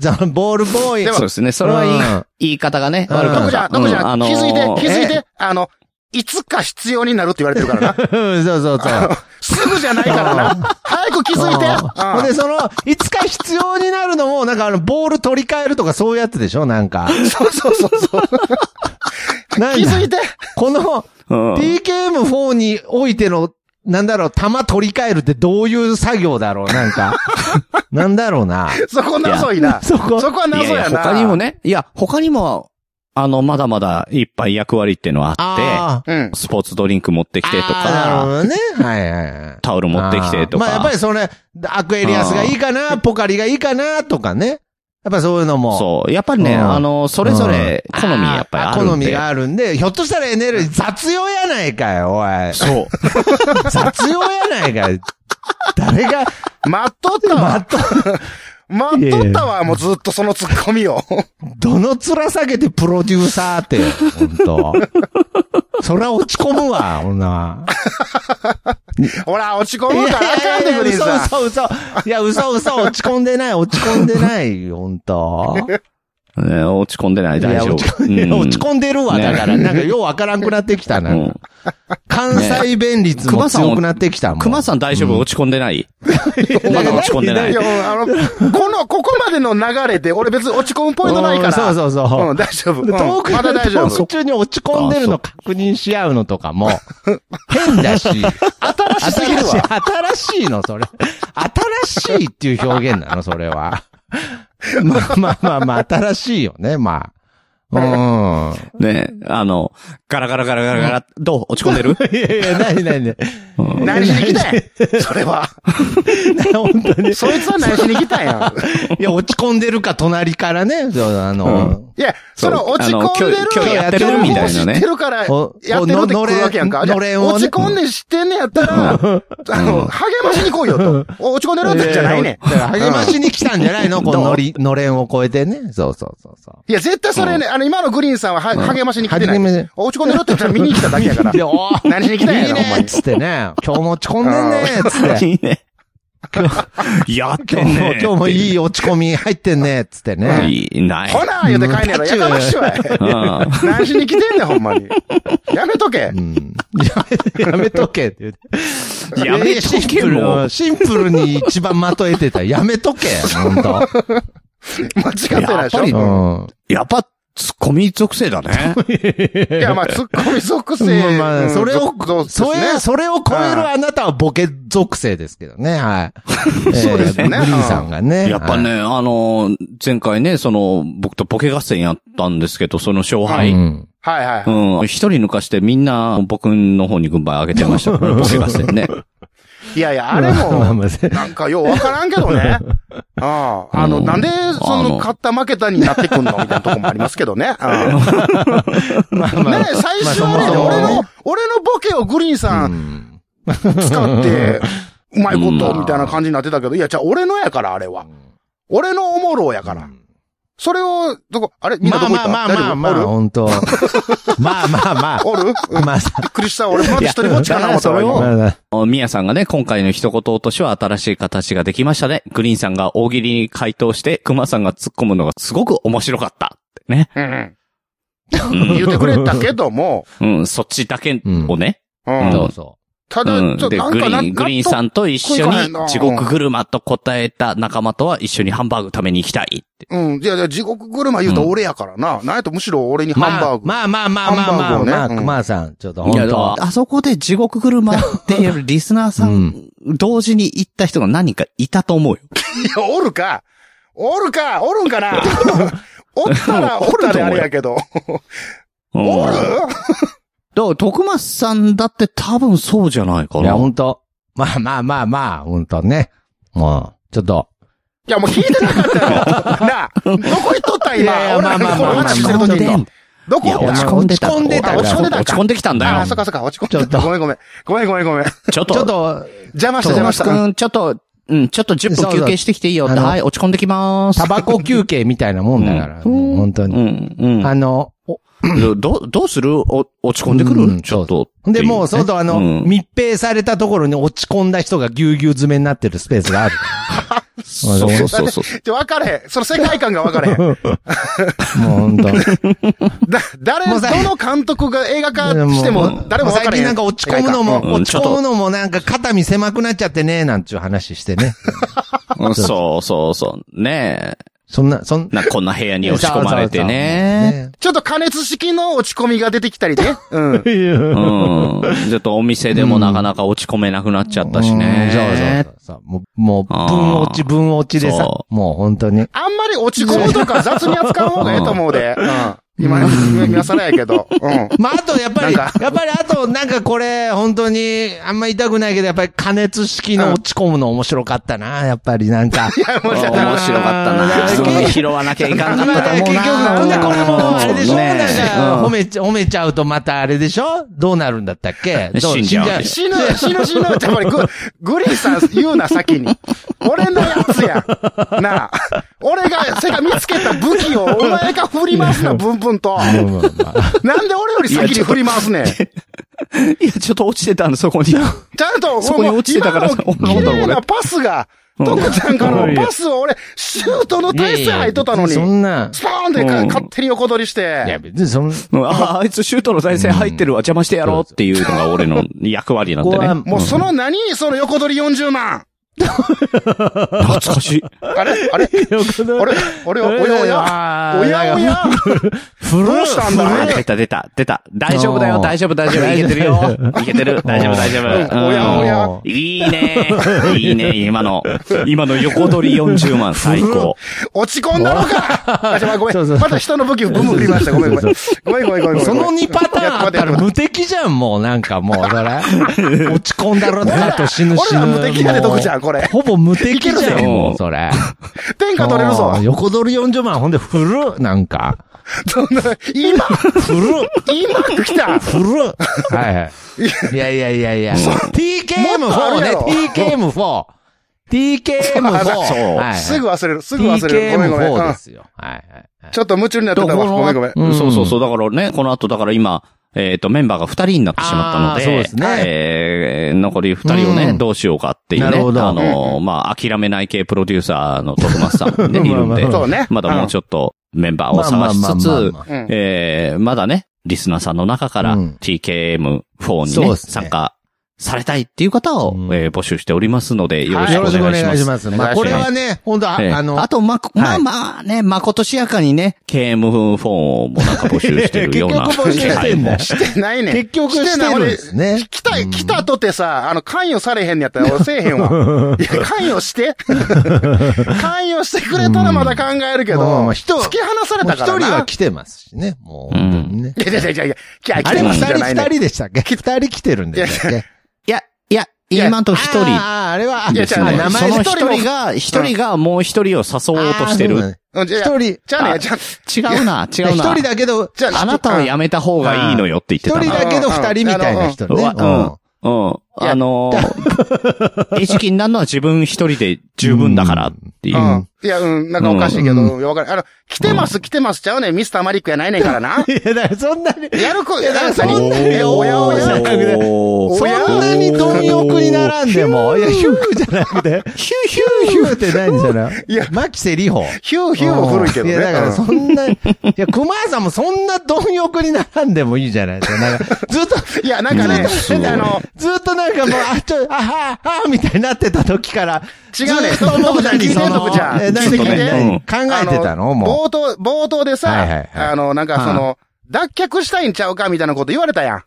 そのボールボーイ。でもそうですね。それはいい、うん言い方がね、うん悪くな徳っちゃた。ん、徳ちゃん、気づいて、気づいえて、あの、いつか必要になるって言われてるか らな。うんそうそうそう。すぐじゃないからな。早く気づいて。ほんで、その、いつか必要になるのも、なんかあの、ボール取り替えるとかそういうやつでしょなんか。うんそうそうそうそう。なん気だづいて。この、うん TKM4 においての、なんだろう、弾取り替えるってどういう作業だろうな んか。なんだろうな。そこ謎いな。そこそこはいやい謎ややな。他にもね、いや、他にも、あの、まだまだいっぱい役割っていうのはあっああ。うんて、。スポーツドリンク持ってきてとあか、ーなるほどね。はいはいはい。タオル持ってきてとか。あーまあやっぱりそれ、アクエリアスがいいかな、ポカリがいいかな、とかね。やっぱそういうのも。そう。やっぱりね、うんあの、それぞれ、うん好みやっぱりあるんで。好みがあるんで、ひょっとしたらエネルギー雑用やないかよ、お い。そう。雑用やないかよ。誰が、待っとったわ。待っとったわ、もうずっとそのツッコミを。 どの面下げてプロデューサーって、本当 そりゃ落ち込むわ、女は。ほら、落ち込むからあかんで、グリーン嘘さん。嘘嘘。いや、嘘嘘、落ち込んでない、落ち込んでない、本当 ね落ち込んでない、いや大丈夫。落ち込んいやうん落ち込んでるわ、ねだから。なんか、ようわからんくなってきたな。うん関西弁率も熊さん強くなってきたもん。熊さん大丈夫落ち込んで ないまだ落ち込んでないい。や、もうあの、この、ここまでの流れで、俺別に落ち込むポイントないから。うんそうそうそううん、大丈夫。うんでトーク、まだ大丈トー夫ク。中に落ち込んでるの確認し合うのとか も、変だし、新しすぎるわ新しいの、それ。新しいっていう表現なの、それは。 まあまあまあまあ、新しいよね、まあ。うん。 ねあの、ガラガラガラガラガラ、どう落ち込んで るいやいや、ないないない。何しに来たんやそれは。本当に。そいつは何しに来たんや。いや、落ち込んでるか、隣からね、そうあの、いや、そのそう落ち込んであのる今日今日やってる情報みたいなね知ってるから、やおってるって来るわけやんおか。のじゃあのれんをね落ち込んで知ってんねやったら、あの、励ましに来いよと。お落ち込んでるんだじゃないねだからん。励ましに来たんじゃないのこののり、のれんを越えてね。そうそうそうそう。いや、絶対それね、あの、今のグリーンさんはは励ましに来てな励ましい。落ち込んでるって言ったら見に来ただけやから。で、おー何しに来たんやいいろ、ほんまねっに。つってね。今日も落ち込んでんねっつって。いいね。 やって今ん日も、ね今日もいい落ち込み入ってんねっつってね。いい、ない。ほな言うて帰んねやろ。やかましいわい。うん何しに来てんねん、ほんまに。やめとけう。ん。やめ、やめとけって言って。やめとけいやいやシンプルもうシンプルに一番まとえてた。やめとけ。ほんと。間違ってないでしやっぱりょ。うん。やっぱ、ツッコミ属性だ ね。いや、まあ、ツッコミ属性。まあまあうんそれを属属ですそれ、ね。それを超えるあなたはボケ属性ですけどね、はい。そうですねえーグリーンさんがね。やっぱね、あのー、前回ね、その、僕とポケ合戦やったんですけど、その勝はい。敗。ううんんはいはい。一人抜かしてみんな僕の方に軍配上げて ましたから、ポケ合戦ね。いやいや、あれまあも、まあせなんかようわからんけどね。ああ、あの、うんなんで、そあの、の勝った負けたになってくんのみたいなとこもありますけどね。ああまあまあねえ最初はまあね、そもそ俺もねの、俺のボケをグリーンさうんん使って、うまいこと、うんみたいな感じになってたけど、いや、じゃあ俺のやから、あれは。俺のおもろやから。それを、どこ、あれみんなまどあこ行っまたあまあまあ まあ、本当まあまあまあ。おるおるうんびっまあさくりした。俺まだ一人持ちかな思った わいやそれを今まあまあみやさんがね、今回の一言落としは新しい形ができましたね。グリーンさんが大喜利に回答して、熊さんが突っ込むのがすごく面白かった。ってね。うんううん言んってくれたけども、うん、そっちだけをね。ううんん。そうそただ、うん。ちょっで、となんグリかなーン、グリーンさんと一緒なんかにな地獄車と答えた仲間とは一緒にハンバーグ食べに行きたいって。うん。いやいや、地獄車言うと俺やからな。なんやとむしろ俺にう。ハンバーグ。まあまあまあまあまハンあバーグをねまあ、うん熊さん、ちょっといや、だ本か当らあそこで地獄車っていうリスナーさ、うん同時に行った人が何人かいたと思うよ。いや、おるか。おるか。おるんか な。おると思うおったら、おったよらあれやけど。うんおるだから、徳松さんだって多分そうじゃないかいや、な。本当まあまあまあまあ、本当ね。もう、ちょっと。いや、もう聞いてなかったよ。な あ、どこ行っとったい今。やいや俺らまあまあこのまあ話してる時にの。どいこや、落ちあ込んでた。落ち込んでたあ落ち込んでた。落落ちち込込んできたんだあ、よそ。っかそっか、落ち込んでた。ごめんごめん。ごめんごめんごめん。ちょっちょっと、と、邪魔した徳邪魔松した。くうんん、ちょっと、うん、ちょっと10そう分そう休憩してきていいよって。あのはい、落ち込んできまーす。タバコ休憩みたいなもんだから、うんもう本当うに。ん、うん。あの、おど、どうどうするお落ち込んでくる、うんちょっと。で、もう、そそうと、あの、うん密閉されたところに落ち込んだ人がぎゅうぎゅう詰めになってるスペースがある。そうそうそう そう。ちょ、分かれへん。その世界観が分かれへん。 もう 本当。だ、誰、もうどさの監督が映画化しても、誰も分か最れ近へん。なんか落ち込むのも、うん落ち込むのもなんか肩身狭くなっちゃってね、なんちゅう話してね。 うんそうそうそう。ねえ。そんな、そんな。な、こんな部屋に押し込まれてね。ね。ちょっと加熱式の落ち込みが出てきた りね。うん。うん。ちょっとお店でもなかなか落ち込めなくなっちゃったしうんそうそうね。そうそう。もう、もう、あー分落ち分落ちでさそ、もう本当に。あんまり落ち込むとか雑に扱う方がええと思うで。うん。今、今今更やけ ど。うん。まあ、あと、やっぱり、なやんっぱり、あと、なんかこれ、本当に、あんま痛くないけど、やっぱり加熱式の落ち込むの面白かったな、やっぱりなんか。いや、もう面じゃ白あかった な。すぐ拾わなきゃいかんかったと思うな。ほんで、これも、あれでしょ、ねえなんか、う褒め、褒めちゃうとまたあれでしょどうなるんだったっけど死んじゃうで死ぬ、死ぬ、死ぬ。やっぱりグ、グリーンさん言うな、先に。俺のやつやん。なあ。俺が、せが見つけた武器をお前が振り回すな、ブンブン と。まあまあまあなんで俺より先に振り回すねん。ちいや、ちょっと落ちてたんだ、そこに。 ゃんと、そこに落ちてたからもう今の綺麗なパスが、ん徳ちゃんからのパスを俺、シュートの体勢入っとったのに、いやいや別そんな。スパーンってかうん勝手に横取りしいや、て、別にそんな。ああいつシュートの体勢入ってるわ、邪魔してやろうっていうのが俺の役割なんここでは、ね。もうその何その横取り40万。懐かしい。あれあれあれあれおやおややおやおや古どうしたんだあ出た出た、出た。大丈夫だよ、大丈夫、大丈夫。いけてるよ。 いけてる。大丈夫、大丈夫。うんおやおやいいね。いいね、今 の。今の横取り40万、最高。落ち込んだのかあ、じゃあごめそうそん。うまた人の武器ブンブン振りました。ごめんごめん。ごめんごめんごめんごめん。その2パターンあったいやら待て無敵じゃん、もう、なんか もう、それ。落ち込んだろ、なと死ぬ俺死らぬ。俺ら無敵やでもう徳ちゃんこれほぼ無敵いじけるゃん、ぜもう、それ。天下取れるぞもう。横取り40万、ほんで、振る、なんか。そんな今、振る、今来た振る。はいはい。いやいやいやいや。もっとある TKM4 やねろ、 TKM4。TKM4。そうはいすぐ忘れる。すぐ忘れる。ごめんごめん。 TKM4 うでんすよ。はいはいはい。ちょっと夢中になってだたからわ。こごめんごのめん。後そうそうそう。だからね、この後、だから今、えっと、メンバーが2人になってしまったのあで、ーそうですねえー残り2人をね、うんどうしようかっていうね。なるほどあのー、まあ、諦めない系プロデューサーの徳松さ んね、いるんで、そうね。まだもうちょっとメンバーを探しつつ、うん。うんえー、まだね、リスナーさんの中からうん TKM4 にそね、うですね参加されたいっていう方を、うんえー募集しておりますので、よろしくよおろしくお願いし願まいしす。ます。まあ、これはね、本当あ、ええあの、あと、ま、まはあいまあね、まことしやかにね、KM フォンをもなんか募集してるよう な結局募集気して配んだもよ。してないねん。結局してなるいんですね俺来た、来たとてさ、あの、関与されへんのやったら俺せえへん わ。いや、関与して関与してくれたらまだ考えるけうんまど、あ人突き放されもうた一か人らな。は来てますしね、もう、本当にね。いやいやいやいや、来やあれも来二てる人、んじゃないね二人でしたっけ二人来てるんでしたっけいや、いや、や今んとこ一人あーあー、あれは、あいやです違うね。そ名前の一一人も人が、一人がもう一人を誘おうとしてる。うんじゃあ一人じゃあね、じゃあ違うな、違う一な人。だけど、じゃあなたをやめた方がいいのよって言って一た人な。だけど二人みたいな人ね。うわうん。うん。いやあのー、 意識になるのは自分一人で十分だからっていう。うん。いや、うん、なんかおかしいけうど、いやわかる。あの、来てます、来てますちゃうねんミスターマリックやないねんか らな。いや、だからそんなに、やるこ、やだからるそんなこにいやおやおや。じゃなくておーそんなに貪欲に並んでも、いや、ヒューじゃなくて、ヒューヒヒューヒューって何じゃないいや牧瀬里穂。ヒューヒューも古いけどね。いや、だからそんな、いや、熊谷さんもそんな貪欲に並んでもいいじゃないですか。なんか、ずっと、いや、なんかね、すごいあの、ずっとなんかもう、あ、ちょ、あはあ、あみたいになってた時から、違うねずっと僕らにその、聞いてんのじゃあえ、何聞いて何考えてたあのも冒頭、冒頭はいはでいさ、はいあの、なんかその、脱却したいんちゃうかみたいなこと言われたやん。う。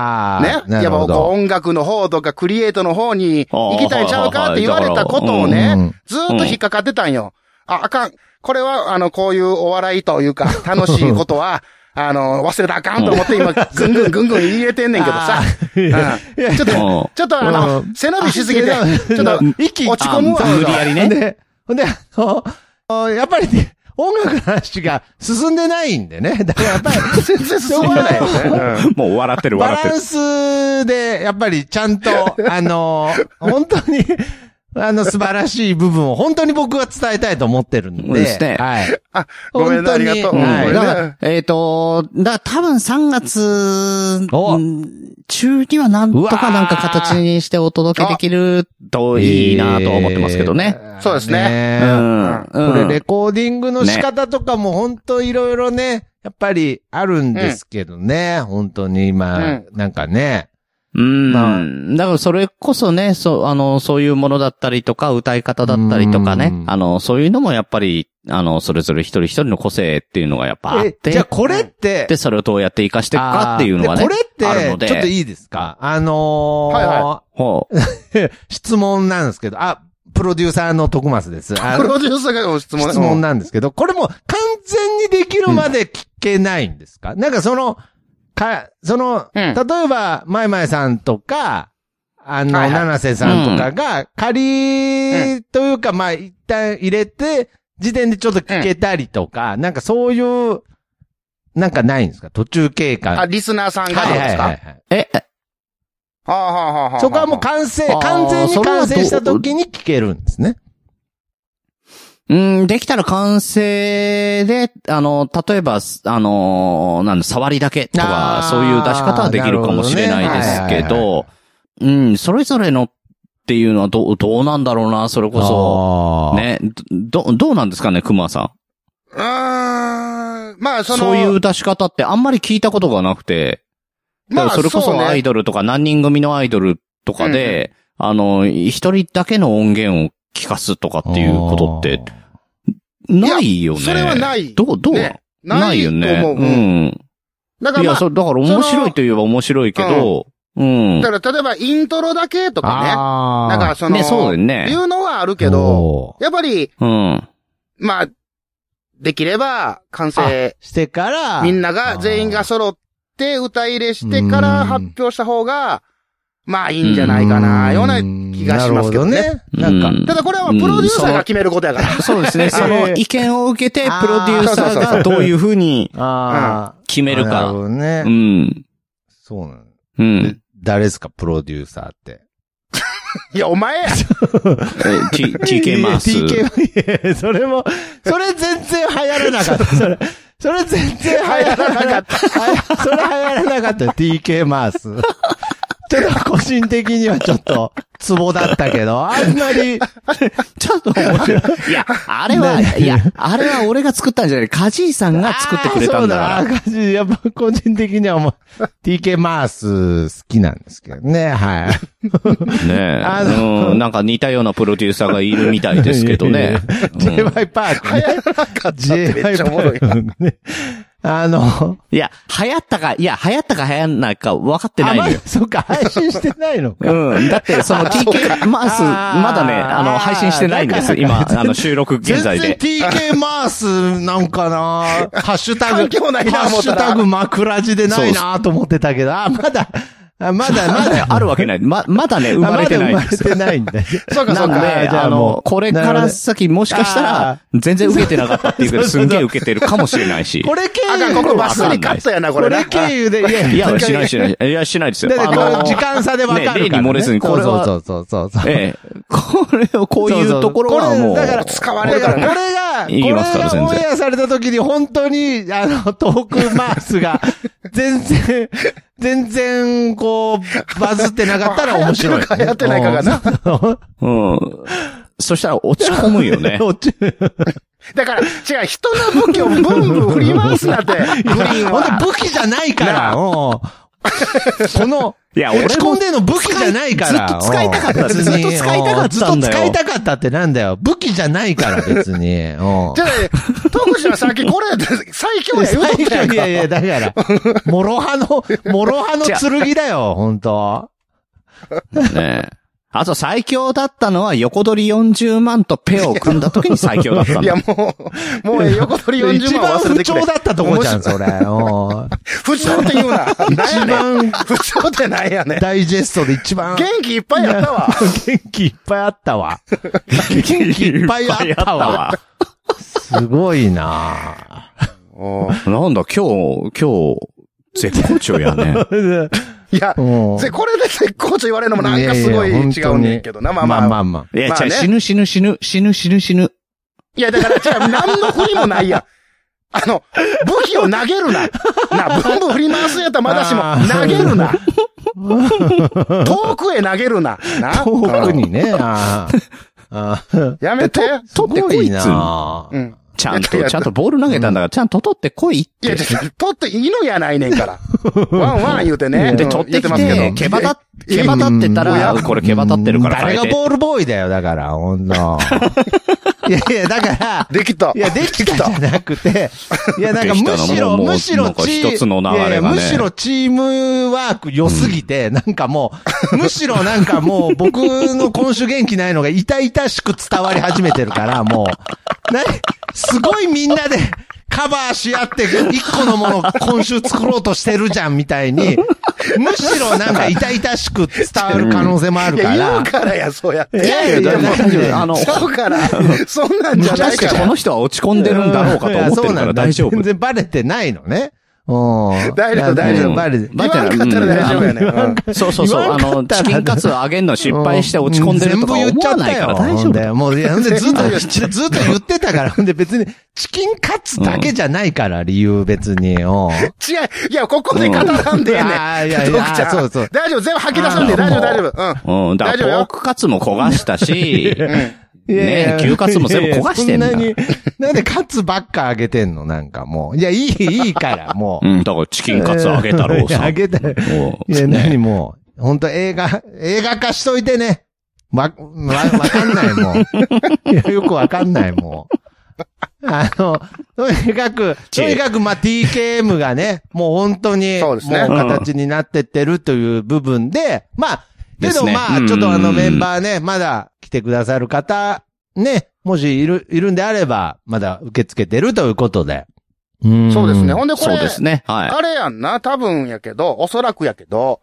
あねあ、。なやるっほぱこうど。音楽の方とかクリエイトの方に行きたいんちゃうかって言われたことをあーはいはいはいねだ、ずーっと引っかかってたんよ。あ、あかん。これは、あの、こういうお笑いとい うか、楽しいことは、あの、忘れたらあかんと思っ て今、ぐんぐんぐんぐん入れてんねんけどさあ。うんいやうちょっんと、ちょっとあのう、ん 背伸びしすぎて、ちあ背ょ伸っとび、息落ち込むわあ。無理やりねで、ほんで、あの、あやっぱりね、音楽の話が進んでないんでね。だからやっぱり、全然進んでないよね。うん もう笑ってるバ笑ってラるン。スで、やっぱりちゃんと、あの、本当に、あの、素晴らしい部分を本当に僕は伝えたいと思ってるんで。そうですねはい。あ、ごめんね、本あ当りにがとうう。んはいごめんだねから、えっ、と、だから多分3月おうん中にはなんとうわかーなんか形にしてお届けできるといいなとは思ってますけどね。えーそうですねうねん。こうれんレコーディングの仕方とかも本当いろいろね、やっぱりあるんですけどね。本当に今、うんなんかね。うん。まだからそれこそね、そう、あの、そういうものだったりとか、歌い方だったりとかうね。んあの、そういうのもやっぱり、あの、それぞれ一人一人の個性っていうのがやっぱあっえて、じゃあこれって、で、それをどうやって活かしていくかっていうのはね。あーでこあれるっのて、で。ちょっといいですかあのーはいはほう。 質問なんですけど、あ、プロデューサーの徳松です。あプロデューサーが質問ね質問なんですけど、これも完全にできるまで聞けないんですか、なんかその、か、その、うん例えば、まいまいさんとか、あの、はいはい七瀬さんとかが、仮というか、まあ、一旦入れて、時点でちょっと聞けたりとか、なんかそういう、なんかないんですか途中経過。あ、リスナーさんがはどういではすいかははいいはい。え、はいはいはい。そこはもう完成、あー完全にそれはどう完成した時に聞けるんですね。うん、できたら完成で、あの、例えば、すあの、なんだ、触りだけとあか、ーそういう出し方はできるかもしれないですけなるほど、うん、それぞれのっていうのはどう、どうなんだろうな、それこそ。そね、ど、どうなんですかね、熊さん。うーん。まあ、そその、ういう出し方ってあんまり聞いたことがなくて、まあ、それこうそねアイドルとか何人組のアイドルとかで、あの、一人だけの音源を聞かすとかっていうことって、ないよね。いやそれはないどう、どうなのねないよね。と思うううんん。だから、いまあや、そ、だから面白いといえば面白いけど、うん。だから例えばイントロだけとかね。ななんかその、ね、そうだよいね。うのはあるけど、やっぱり、うん。まあ、できれば完成、してから、みんなが、全員が揃って歌入れしてから発表した方が、まあいいんじゃないかな、ような気がしますけどなね。るほどね。なんうんか、ただこれはプロデューサーが決めることやから。そうですね。その意見を受けて、プあーロデューサーがどういうふうにああ、決めるなるか。ほどうね。ん。そうなの。うでん。誰ですか、プロデューサーって。いや、お前や。 え T、TK マース。 TK いや それも、それ全然流行らなか った。それ、それ全然流行らなかった。それ流行らなかったよ、TK マース。ってのは個人的にはちょっと、ツボだったけど、あんまり、ちょっと面白い。いや、あれは、何いや、あれは俺が作ったんじゃない。カジーさんが作ってくれたんだから。あーそうだ、あー感じやっぱ個人的にはもう、TK マース好きなんですけどね、はい。ねあえ。のうん。なんか似たようなプロデューサーがいるみたい ですけどいやいやいね や。J.Y. パークね。流行らなかったってめっちゃおもろい J.Y. パークね。あの、いや、流行ったか、いや、流行ったか流行んないか分かってないのあまよだ。そっか、配信してないのか。うん。だって、その TK マース、あーまだね、あの、配信してないんです。今、あの、収録現在で。全然 TK マースなんかな ハッシュタグ、環境ないなハ思ッっシたュらタグ枕地でないなと思ってたけど、あ、まだ、あまだ、ままだだ、あるわけない。ま、まだ ね、生まれてないあんまだで。生ますれてないんだ。 そうなんで、あの、これから先もしかしたあーら、全然受けてなかったっていうけど、そうそすうそうんげえ受けてるかもしれないし。これ経あかん、由ここバッスサリカットやな、ここれな。れ経由で、いやいや、しないしない。いや、しないですよ。だってこあのの時間差でわかるから、ね。ね例に漏れずにこれはそうそうそうそうそう。ええ。これを、こういうところはもう。そうそうそうこれだから使わあれれるが、からこれね。が、言いますからこれがオン全エアされた時に本当に、あの、トークマー スが、全然、全然、こう、バズってなかったら面 白い、流行ってるか流行ってないかがなうん。うん。そしたら落ち込むよね。 落ちだから、違う、人の武器をブンブン振り回すなって、グリーンほんは。と武器じゃないから、うんこの、いや、落俺ち込んでるの武器じゃないから。ずっと使いたかったうんずっと使いたかったんだよずっと使いたかったってなんだよ。武器じゃないから、別に。うんじゃあ、徳島さっきこれやって最強や言うとったやんいやいか。や、だから、もろ刃の、もろ刃の剣だよ、本当ねえ。あと最強だったのは横取り40万とペアを組んだ時に最強だったんいや、だ。もう、もうええ横取り一40番万忘不れてく調れ。だったとこじゃん、面白それ。う不調って言うな。何やんねん。一番、不調ってなんやねん。ダイジェストで一番、元気いっぱいやった わ。元気いっぱいあったわ。元気いっぱいあったわ。すごいななんだ、今日、今日、絶好調やね。いや、うんぜこれで絶好調言われるのもなんかすごいやや違うんやけどな。まあまあ。まあまあ。いや、まあ違うね死ぬ死ぬ死ぬ、死ぬ死ぬ死ぬ。いや、だから、じゃあ、何の振りもないやん。あの、武器を投げるな。な、ブンブン振り回すんやったらまだしもあ、ー投げるな。遠くへ投げるな。な。遠くにね、あーあー。やめて。 取ってこいな。すごいうんん。ちゃんいやいと、やちゃんとボール投げたんだから、ちゃんと取ってこいっいや、て。じゃあ取っていいのやないねんから。ワンワン言うてね。で、うん取っ言てってきますけて、ど。毛羽立っ、毛羽立ってたら、これ毛羽立ってるから誰が変えて。ボールボーイだよ、だから、ほんの。いやいや、だから、できた。いや、できたじゃなくて、 いや、なんかできたのむしもろ、うむしろなんかチー一つの流れがねいやいやむしろチームワーク良すぎて、なんかもう、むしろなん かもう僕の今週元気ないのが痛々しく伝わり始めてるから、もう、な、すごいみんなでカバーし合って、一個のものを今週作ろうとしてるじゃん、みたいに、むしろなんか痛々しく伝わる可能性もあるいかや、ら言う。からや、そうやって。いやいやいやだっていやあのちゃうから、そんなんむじゃちゃないくちかゃこらの。人は落ち込んでるんだろうかと思ってるから大丈いやそう夫なんだ全。然バレてないのね。うん。大丈夫大丈夫うんバレて、言わんかったら大丈夫やねんう ん。そうそうそう。言わあんかったらの、チキンカツを揚げんの失敗して落ち込んでるとか思わないから大丈うん全部言っち夫だゃったよよ。もう、いや、ほんでずっ全部言っと、ずっと言ってたから、ほんで別に、チキンカツだけじゃないから、理由別に。うん違う。いや、ここで語らんでええねん。うんあーいやいやドクちゃんそうそう大丈夫、全部吐き出さんで、あー大丈夫、大も丈夫。うん。うん。だか大丈夫ら、ポーよ。クカツも焦がしたし、いやいやねえ牛カツも全部焦がしてんだいやいやそんなに、なんでカツばっかあげてんのなんかもう。いや、いい、いいから、もうう。ん。だから、チキンカツ揚げたろう さ。あげたもういや、ね何もう、本当映画、映画化しといてね。わ、わ、わかんないもん。いや、よくわかんないもん。あの、とにかく、ちとにかく、まあ、TKM がね、もう本当に、そうですねもう形になってってるという部分で、まあ、けですどねまうあ、んちょっとあのメンバーね、まだ来てくださる方、ね、もしいる、いるんであれば、まだ受け付けてるということで。うんそうですね。ほんで、こそうれで、すね。はい。あれやんな、多分やけど、おそらくやけど、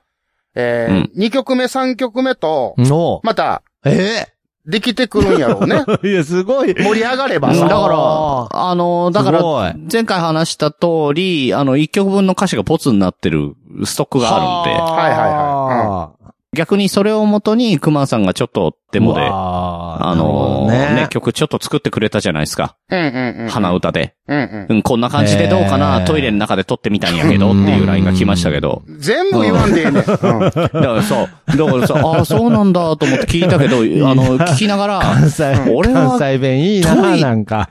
えうーん、 2曲目、3曲目と、の、また、ええできてくるんやろうね。 いや、すごい。盛り上がればうんださ。かあら、あの、だかすごい。ら、前回話した通り、あの、一曲分の歌詞がポツになってるストックがあるんで、はいはいはい逆にそれをもとに、クマさんがちょっとデモで、ああのーねね。曲ちょっと作ってくれたじゃないですか。うんうんうん。鼻歌で。うんうん。うん、こんな感じでどうかな、ねトイレの中で撮ってみたんやけどっていうラインが来ましたけど。全部言わんでええねん。うんだからそう。だからそう、ああ、そうなんだと思って聞いたけど、あの、聞きながら、 関西、俺は関西弁いいな、遠いなんか。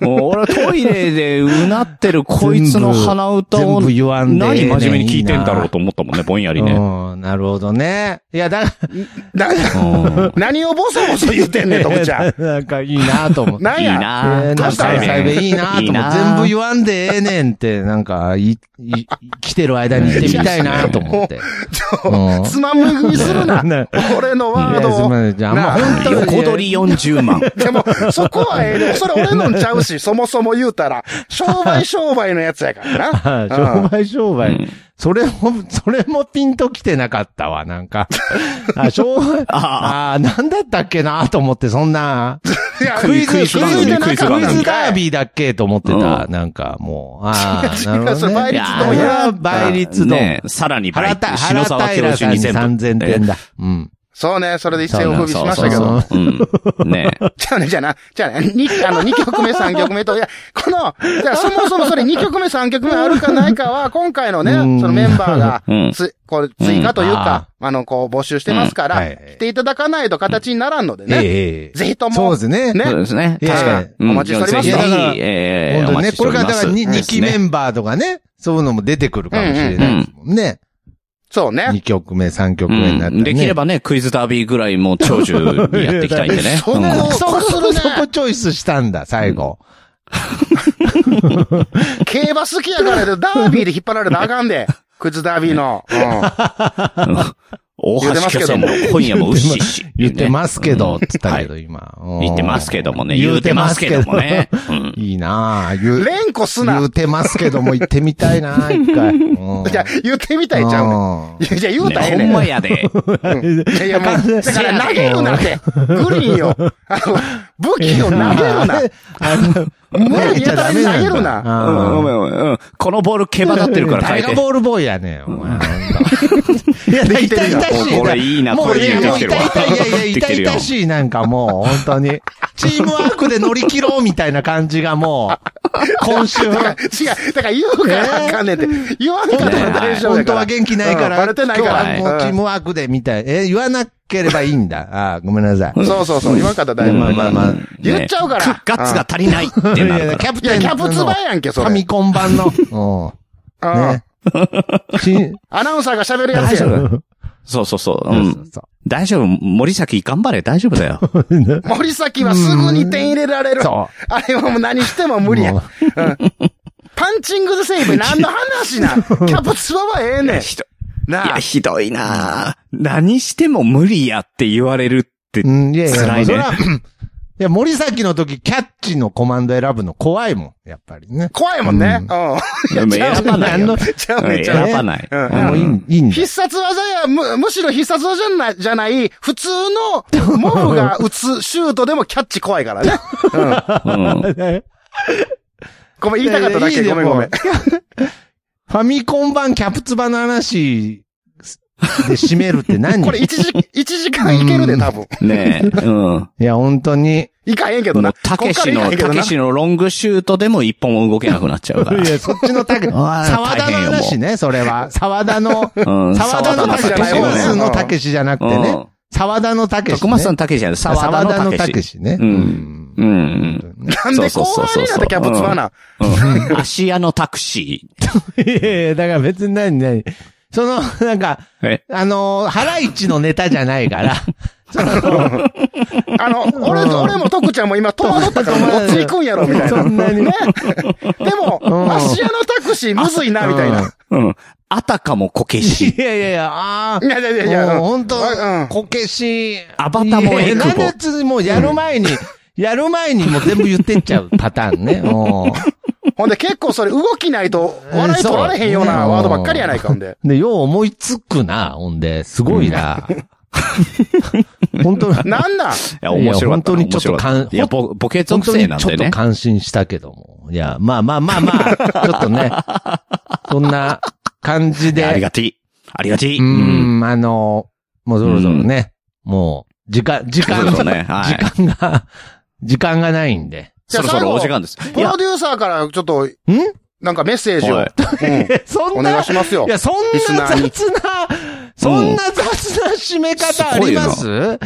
もう俺はトイレでうなってるこいつの鼻歌全を部言わんでええ何ねん。真面目に聞いてんだろうと思ったもんね、ぼんやりね。うん、なるほどね。いや、だかなうん何をボソボソ言ってんねん、とこちゃ んら、。 なんかいいなと思って。なんいいや。なえーぁ。なんか関関西西弁いいなといい思って、な全部言わんでええねんって、なんか、い、い、来てる間に行ってみたいなと思って。うんつまむ組みするな。な俺 のいワーやドすいを。ませんじゃあ、あんまなあ本当に横取り40万。でも、そこはええ ねんそれ俺のんちゃうし、そもそも言うたら、商売商売のやつやからな。あ 商売商う売、んそれも、 それもピンと来てなかったわ、なんか。あ、商売、ああ、なんだったっけなと思って、そんな、いやクイズ番組でクイズク番イ組ズダービーだっけと思ってた、うなんかもう、ああ、なるほそれど、ね。倍率丼やいそれは倍率の、ねえさらに原倍田、率、原篠田沢教平授さんに2000 3000点だ。うん。そうね、それで一世を風靡しましそたうけそど。うそう。うん。ねえじゃあね、じゃあな、じゃあね、にあの、2曲目、3曲目と、いや、この、いや、そもそもそれ2曲目、3曲目あるかないか は、今回のね、うんそのメンバーがうん、つ、こう、追加といううんあか、あの、こう、募集してますかうんはら、いはい来ていただかないと形にならんのでね、ええぜひともそうですね。ねそうですね。いや確かに。うんお待ちしておりますぜひぜいやだからひ、ええ本当にね、これからだから 2, 二期メンバーとかね、そういうのも出てくるかもしれないですもんね。そうね。 2曲目、3曲う目になったらん、ね。できればね、クイズダービーぐらいもう長寿にやっていきたいんでね。そこうんをそここ、すそるこ、ねそこチョイスしたんだ、最後。競馬好きやからで、ダービーで引っ張られたらあかん で。クイズダービーの。うん。大橋巨船の今夜もうっしっし。言ってますけど、ねつったけはど、今。い言ってますけどもね。言うてますけどもね。。うんいいなあ言う、連呼す言な。うてますけども、行ってみたいなあ一 回。うんじゃあ言ってみたいちゃうねうんん。いや、言うねたらええほねんん。まやで。いやいや、もう、だから投げるなって。グリーンよ。あの、武器を投げるな。あの、無理にやたらに投げるな。うな。んごめんごめんうんこのボール毛羽立ってるから変タえイガーて。ボールボーイやねん、お 前。いや、痛々しいな。これいいなもこうれいいいや、なもう痛々い。いやいや、できて痛るよ々しい、なんかもう、本当に。チームワークで乗り切ろうみたいな感じがもう、今週。違う。だから言うからあかんねんって。言わんから大丈夫本だ当かはら。元気ないから。うんバレてないから今日はもうチームワークで、みたい。え、言わなければいいんだ。ああ、ごめんなさい。そうそうそう。言わんかったら大丈まあ夫。まあまあ言っちゃうからねくガッツが足りないっていなやいるから。やキャプいテや、ンキの。ャプツバやんけ、フそァれ。ミコン版の。うん。うんね。しアナウンサーが喋るやつやん。 そうそうそう。うそうそうんそう大丈夫。森崎頑張れ。大丈夫だ よ。森崎はすぐに点入れられる。そあれはもう何しても無理や。うもんパンチングでセーブ何の 話なんキャプツバはええねん。ひどいなや、あ。ひどいなぁ何しても無理やって言われるってう。ん、いやいや、辛いねそれはいや、森崎の時、キャッチのコマンド選ぶの怖いもん、やっぱりね。怖いもんね。うん。 選ばないよ。ちゃううね、んちゃ選うね。ばない。うんでもいい、いいんだ必。殺技や、む、むしろ必殺技じゃない、じゃない、普通の、モフが打つシュートでもキャッチ怖いから ね。うんごめん、言いたかっただけ、いやごめんごめん。。いいでもファミコン版キャプツバの話で締めるって 何これ1時、一時間いけるで、多分。ねえ。うん。いや、本当に。いかへんけどもな。う、たけしこっからいかへの、んけどたなけしのロングシュートでも一本も動けなくなっちゃうから。 いや、そっちのたけ、あー沢田の大変よもう話ね、それは。沢田の、うん沢田のたけし、沢田のた徳松のけしたけしじゃなくてうねん。沢田のたけし ね。徳松さんたけしじゃない、沢沢田田ののたたけけし。しね。ううんん。うん。なんで後半になってキャプツバな。うん。芦屋のタクシいやいや、だから別に何何その、なんか、ー。えあのー、ハライチのネタじゃないから。その、あの、俺と、俺も徳ちゃんも今戸惑ったから、うんどっち行くんやろ、みたいそな。んなに ね。でも、芦屋のタクシーむずいな、みたいな。うん。あたかもこけし。いやいやいや、あいやいやいやあ、いもや。う本当うん、こけし、アバタもエクボいやいやなんでつもうやる前に、やる前にもう全部言ってっちゃうパターンね。おーほんで結構それ動きないと笑い取られへんようなワードばっかりやないか、ほんで。で、よう思いつくな、ほんで、すごいな。本当なんなんいや、面白かったな。いや本当にちょっと面白かたいや、ぼボケ本属当性になんちょでっとね。感心したけども。いや、まあまあまあまあ、ちょっとね、そんな感じいやありで、がてい。ありがち。う。ん、あの、もうそろそろね、もう、時間、時間そうそうねはい時間が、時間がないんで。じそゃあろそ最ろ後お時間です。いプやロ、デューサーからちょっと、なんかメッセージを、はいうんえ、そおん願な、いしますよい。や、そんリスナなーに雑な、そんな雑な締め方ありますいやいや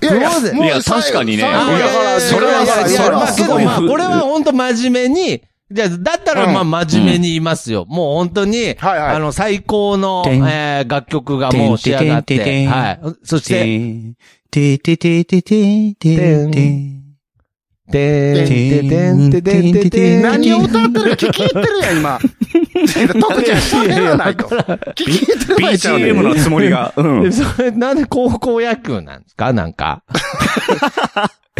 プロデューもういや最後確かにね最あ後ーいやだからそれはいやいやそれはいやまあけすごど、いまあ、これは本当真面目に、じゃあだったら、うんまあ、真面目に言いますよ。もう本当に、はいはいあの、最高の、てんえー楽曲がもう仕上がって、てんてんてんてんはい。そして、て、ててててててて。てんてんてんてんてんてんてん何を歌ってるか聞き入ってるやん、今。特に喋らないと。聞き入ってる場合ちゃうね BGM のつもり が。うん。それ、なんで高校野球なんですかなんか。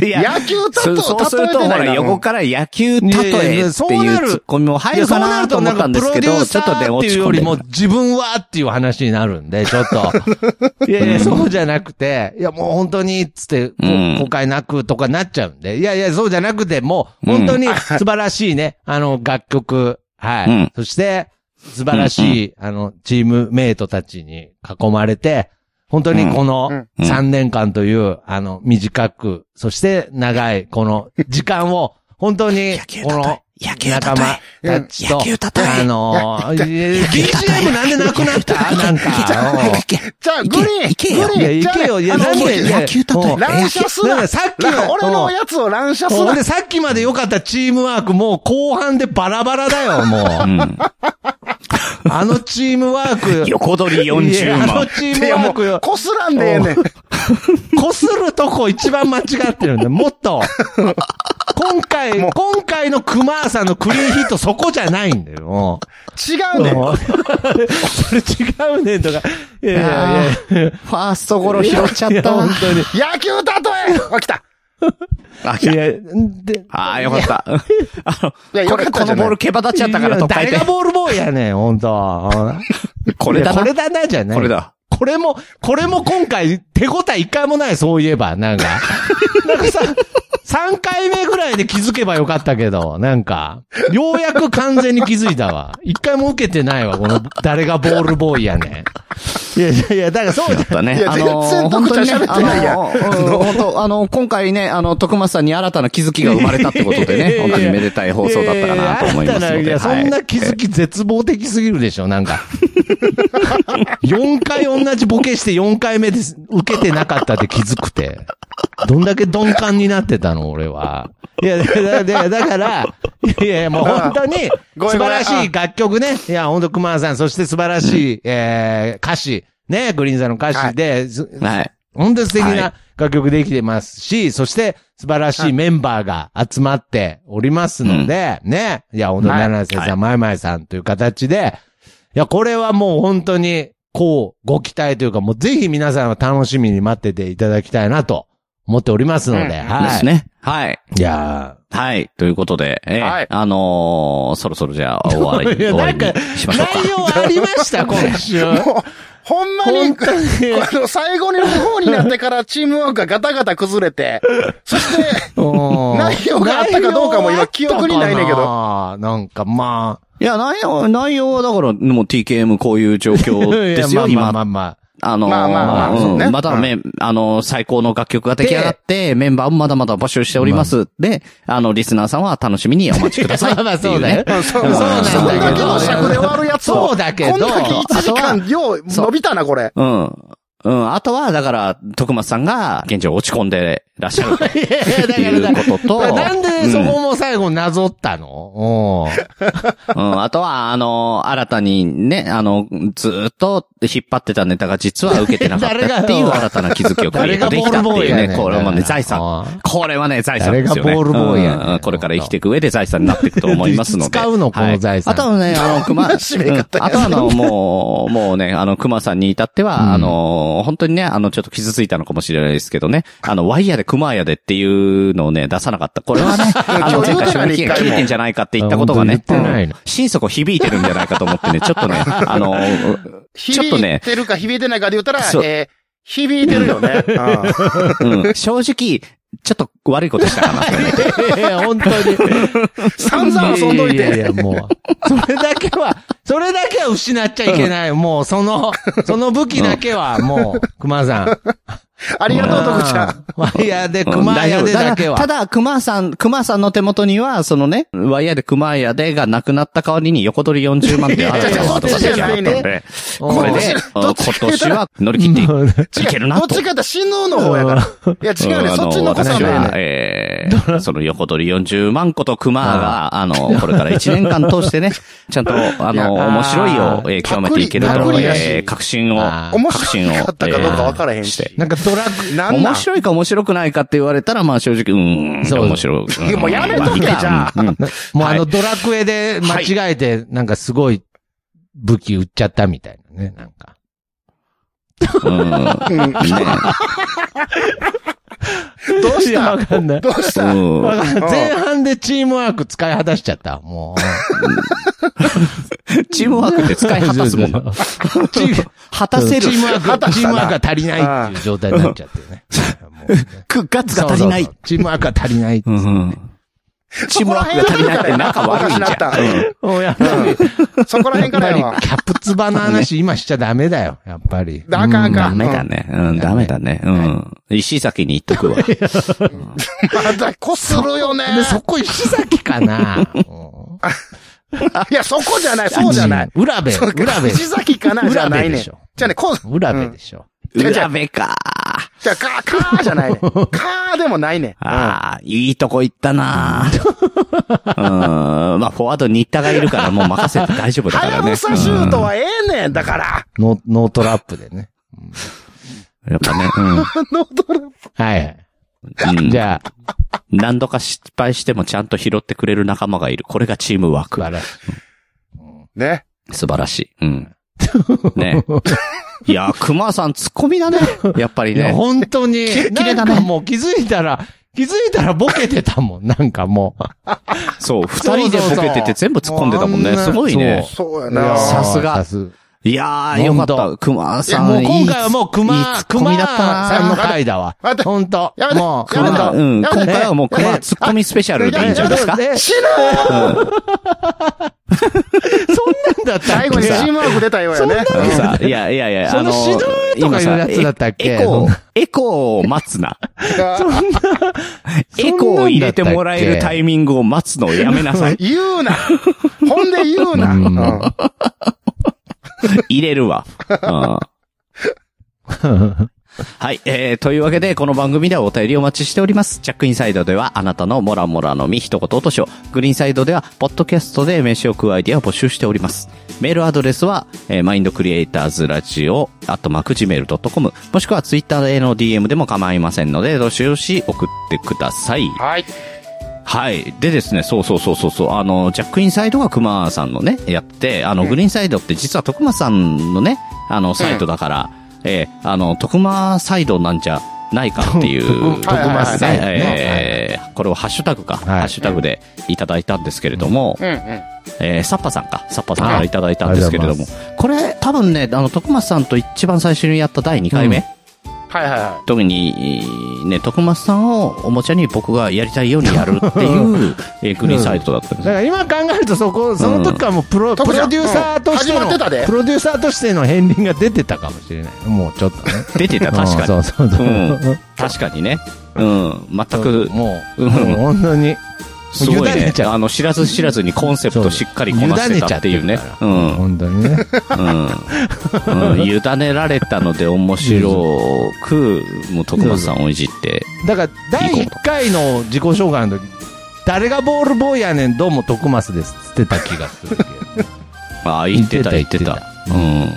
いや野球たとそうそうすると、ほら、横から野球例えっていうツッコミも入るかなと思ったんですけいやど、ちそょうっなとるね、となんかプロデューサーって落いうちよ込んりでもる。自分はっていう話になるんで、ち ょっと。いやいや、そうじゃなくて、いやもう本当に、つって、こうん後悔なくとかなっちゃうんで。いやいや、そうじゃなくて、もう本当に素晴らしいね、あの、楽曲。はい。うんそして、素晴らしい、あの、チームメイトたちに囲まれて、本当にこのうんうん3年間という、あの、短く、そして長い、この時間を、本当に、この、野仲間たちと、野球叩けあのー、えー野球叩け BGM なんでなくなったなんか。じゃあ、グリーン、行け行けよグいや、リーン、いけよ、いじゃや、なんあねあので、いや野球叩けもう乱射すなんなか。さっきは、俺のやつを乱射すもうな俺。さっきまで良かったチームワーク、もう後半でバラバラだよ、もう。あのチームワーク。横取り40いやあの万。チーいムや、ワもークうよ、。こすらんでええねん。こするとこ一番間違ってるんだよ。もっと。今回、もう今回のクマーさんのクリーンヒットそこじゃないんだよ。もう違うねん。それ違うねんとか。いやいやいや。ファーストゴロ拾っちゃったわ本。当に。野球たとえあ、来た。あ、来たいや、で、あーよかった。 あいやの、こよかれ、っこたのじゃないボール毛羽立っちゃったからとっかえ誰てが。ボールボーイ やねん、本当これだこなれ。だな、じゃない。これ。だ。これも、これも今回、手応え一回もない、そういえば、なんか。 なんかさ、三回目ぐらいで気づけばよかったけど、なんか、ようやく完全に気づいたわ。一回も受けてないわ、この、誰がボールボーイやねん。いやいやいや、だからそうじゃだねい。やあの全ー、本然当にね、徳ちゃん喋あってないやんのー、本当、あのー、今回ね、あの、徳松さんに新たな気づきが生まれたってことでね、本当にめでたい放送だったかなと思いますので。いやいやそはいんな気づき絶望的すぎるでしょ、なんか。4回同じボケして4回目です。受けてなかったって気づくて。どんだけ鈍感になってたの、俺は。いや、だだだから、いやいや、もう本当に、ご素め晴んごめらんしい楽曲ね。いや、本当熊田さん、そして素晴らしい、えー、歌詞。ね、グリーンさんの歌詞で、すはい。本当に素敵はな楽曲できてますし、そして素晴らしいメンバーが集まっておりますので、ね。いや、本当にはい七瀬はいさん、まいまいさんという形で、いや、これはもう本当に、こう、ご期待というか、もうぜひ皆さんは楽しみに待ってていただきたいなと思っておりますので、うんではすい。ね。はい。いやはい。ということで、えーはいあのー、そろそろじゃあ、終わり、いや終わりなんかにしまーしょうか。内容ありました、 今週。もう、ほんまに、本こ当に。の最後の方になってからチームワークがガタガタ崩れて、そして、内容があったかどうかも今記憶にないねんけ内容あっどたかな。なんかまあ。いや、内容、内容はだから、もう TKM こういう状況ですよ、 いや今まあま。あまあまあ。あのーまあまあまあうんそうねまだめ、あのー、最高の楽曲が出来上がって、メンバーもまだまだ募集しております。で、あの、リスナーさんは楽しみにお待ちくださいっていう、ね。まあまあ そうだようんそううんそうそうこんなんだけだけどの尺で終わるやつを。そうだけどこんだけ1時あと間、よう、伸びたな、これ。うん。うん。あとは、だから、徳松さんが、現状落ち込んでらっしゃると いやいやだからいうことと、なんでそこも最後なぞったの、うん、うんあとは、あの、新たにね、あの、ずーっと引っ張ってたネタが実は受けてなかったっていう誰が新たな気づきをクリエ誰イトがでボきーたルってボーイいやうねね、んこれもなんね、か財産。うんこれはね、財産ですよね。誰がボールボーイやねんうんうんこれから生きていく上で財産になっていくと思いますので。 使うのこの財産はいあとはね、あの、 熊、締め方うんあとはあの、もう、もうね、あの、熊さんに至っては、うんあの、本当にね、あの、ちょっと傷ついたのかもしれないですけどね、あの、ワイヤで熊やでっていうのをね、出さなかった。これ はね、あの、前回賞味期限が切れてんじゃないかって言ったことがあね本当に言ってない、のうん心底響いてるんじゃないかと思ってね、ちょっとね、あの、ちょっと響いね、てるか響いてないかで言ったらそ、うえー響いてるよね。うんうん正直、ちょっと悪いことしたかな。 いやいや、本当に。散々遊んどいて。やいや、もう。それだけは、それだけは失っちゃいけない。もう、その、その武器だけは、もう、熊さん。ありがとう、徳ちゃん。ん。ワイヤーで、うん熊大屋丈夫でだけは。ただ、ただ熊さん、熊さんの手元には、そのね、ワイヤーで熊屋でがなくなった代わりに横取り40万ってあったワードが出来上がったんいやいやいやで、これで、あどのっち今か言うた年らは乗り切っていもうねいけるなどっと。ちかって死ぬの方やから。いや、違ううんね。あそっちの子さん私だよは、ね。えー、その横取り40万個と熊が、あの、これから1年間通して ね、ちゃんと、あいやの、面白いを、えー極めていけるとパク、リやしえー確信を、あー面確信を白、かったかどうか分からへんし。なんかドラッグ、なんな面ん白いか面白くないかって言われたら、まあ正直、うーん、そう面白い。いやもうやめとけまあいいかじゃあうんうんもうあはの、いドラクエで間違えて、なんかすごい武器売っちゃったみたいなね、なんか。うんうんねどうしいやたわかんない。 どうしたうんわ かんないうん前半でチームワーク使い果たしちゃった。もう。 チームワークって使い果たすもんだ。チーム果たせるチ。ームワー果ク、たチーしたムなワークが足りないっていう状態になっちゃって ね。もうねくガッツが足りないそうそうそ。うチームワークが足りない。うんうんチームワークが足りないって仲悪いじおかしなゃったんうん。もうやっぱり、そこら辺からややっぱわり。キャプツバの話今しちゃダメだよ。やっぱり。あかんあかダんメだね。うん、ダメだね。うん。石崎に言っとく わ。まだこするよね。で、そこ石崎か なうんいや、そこじゃない、そうじゃない。うん浦部、そうか浦部。藤崎かなじゃない浦部ねでん。しょじゃあね、こう、浦部でしょ。違う違うダメか。じゃあ、か、かーじ ゃないねん。かーでもないねん。ああ、いいとこ行ったな。うん。まあ、フォワード新田がいるからもう任せて大丈夫だかはらやね。ぶさシュートうんはええねん、だから。ノノートラップでね。やっぱね、うんはい。うん。じゃあ、何度か失敗してもちゃんと拾ってくれる仲間がいる。これがチームワー素ク。晴らしい。ね。素晴らしい。 うん。ね。いや、熊さん突っ込みだね。やっぱりいや、ね。本当に。キレッキレだねなんかもう気づいたら、気づいたらボケてたもん。なんかもそう、二人でボケてて全部突っ込んでたもんね。そうそうすそうごいね。そうやう。な。さすがさすいやー、よかった。熊いや、さん。もう今回はもういい突っ込み熊、だった熊さんのな。回だわ待っ。て本当やめてもう、やめてほ熊、うんとん、今回はもう熊突っ込みスペシャルでいいんじゃないですかね死ぬそんなんだったっけ最後にチームワーク出たようやね。あのさ、いやいやいや、そあのの指導、と今かいうさやつだったっけエコー、エコーを待つな。エコーを入れてもらえるタイミングを待つのをやめなさい。言うな。ほんで言うな。ううんん 入れるわ。うんはい。えー、というわけで、この番組ではお便りお待ちしております。ジャックインサイドでは、あなたのモラモラのみ一言落としを。グリーンサイドでは、ポッドキャストで飯を食うアイディアを募集しております。メールアドレスは、えー、mindcreatorsradio、アットマーク gmail.com、もしくはツイッターへの DM でも構いませんので、どしどし送ってください。はい。はい。でですね、そうそうそうそうそう、あの、ジャックインサイドが熊さんのね、やって、あの、グリーンサイドって実は徳間さんのね、あの、サイトだから、えーあの、徳間サイドなんじゃないかっていう、徳間サイドねえーこれをハッシュタグか、はいハッシュタグでいただいたんですけれども、うんうん。えーサッパさんか、サッパさんからいただいたんですけれども、ありがとこれ多分ね、あの、徳間さんと一番最初にやった第2回目、うんはいはいは特に、ね、徳松さんをおもちゃに僕がやりたいようにやるっていう、 えーグリーンサイトだったんでだすかね。ら今考えるとそこ、その時からもうプロ、プ徳ちゃロんデューサーとしてうん始まってたの、でプロデューサーとしての片鱗が出てたかもしれない。もうちょっとね。出てた、確かにうん。そうそうう。ん、確かにね。うん、全く、もう、うんもう本当に、すごい委ねねち。ゃうあの、知らず知らずにコンセプトしっかりこなしてたっていうね委ねちゃ。うってるからん、本当にね。うん。うん、委ねられたので面白く、もう徳松さんをいじって、 だから、第1回の自己紹介の時、誰がボールボーイやねん、どうも徳増ですって言ってた気がするけど。ああ、言ってた、言言っっててたた。うん。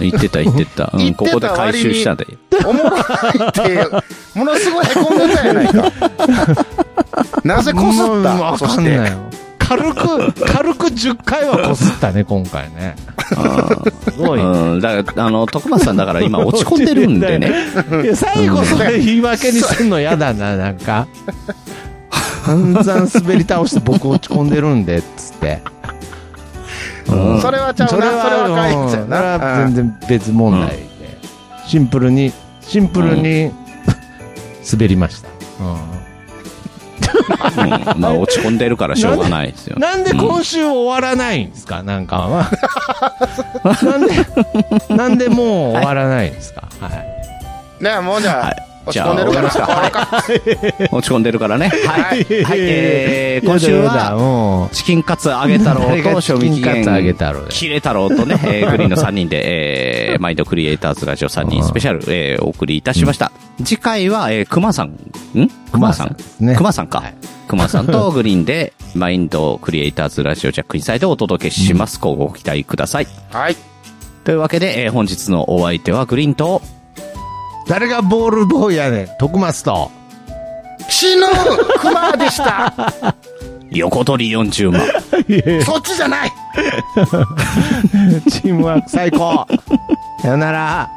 言ってた、言ってた。う言ん、ってこたこで回収したんで。い。おもろいって、ものすごい凹んでたやな いか。なぜこすもうったわそかしんてないよ。軽く、軽く10回はこすったね、今回ね。すごい。うん、だから、あの、徳松さんだから今落ち込んでるんで ね。いや最後それ言い訳にすんの嫌だな、なんか。散々滑り倒して僕落ち込んでるんで、つって。うんそれはちゃうな。それはかいちゃううんそれはな。う全ん然別 問題で。シンプルに、シンプルに、滑りました。うんまあ落ち込んでるからしょうがないですよ。なんで今週終わらないんですかなんか、 まあなんで、なんでもう終わらないんですか はい。ねえ、もうじゃあ、じ落ちゃあ込んでるか終ら終わわろうか。 落ち込んでるからね。は。はいい はい、えー、今週やだやだは、もチキンカツあげ太郎と、賞味期 誰がチキンカツあげ限太郎だよキレ太郎と ね、えー、グリーンの3人で、えー、毎度クリエイターズラジオ3人スペシャル、えー、お送りいたしました。次回は、えー、熊さん、ん熊さん熊さんですね熊さんか。熊さん とグリーンで、マインドクリエイターズラジオジャックインサイドをお届けします。こうご期待ください。はい。というわけで、えー、本日のお相手はグリーンと、う、誰がボールボーイやねん。徳松と。死ぬ熊 でした。横取り40万。そっちじゃない チームワーク最高。さよなら。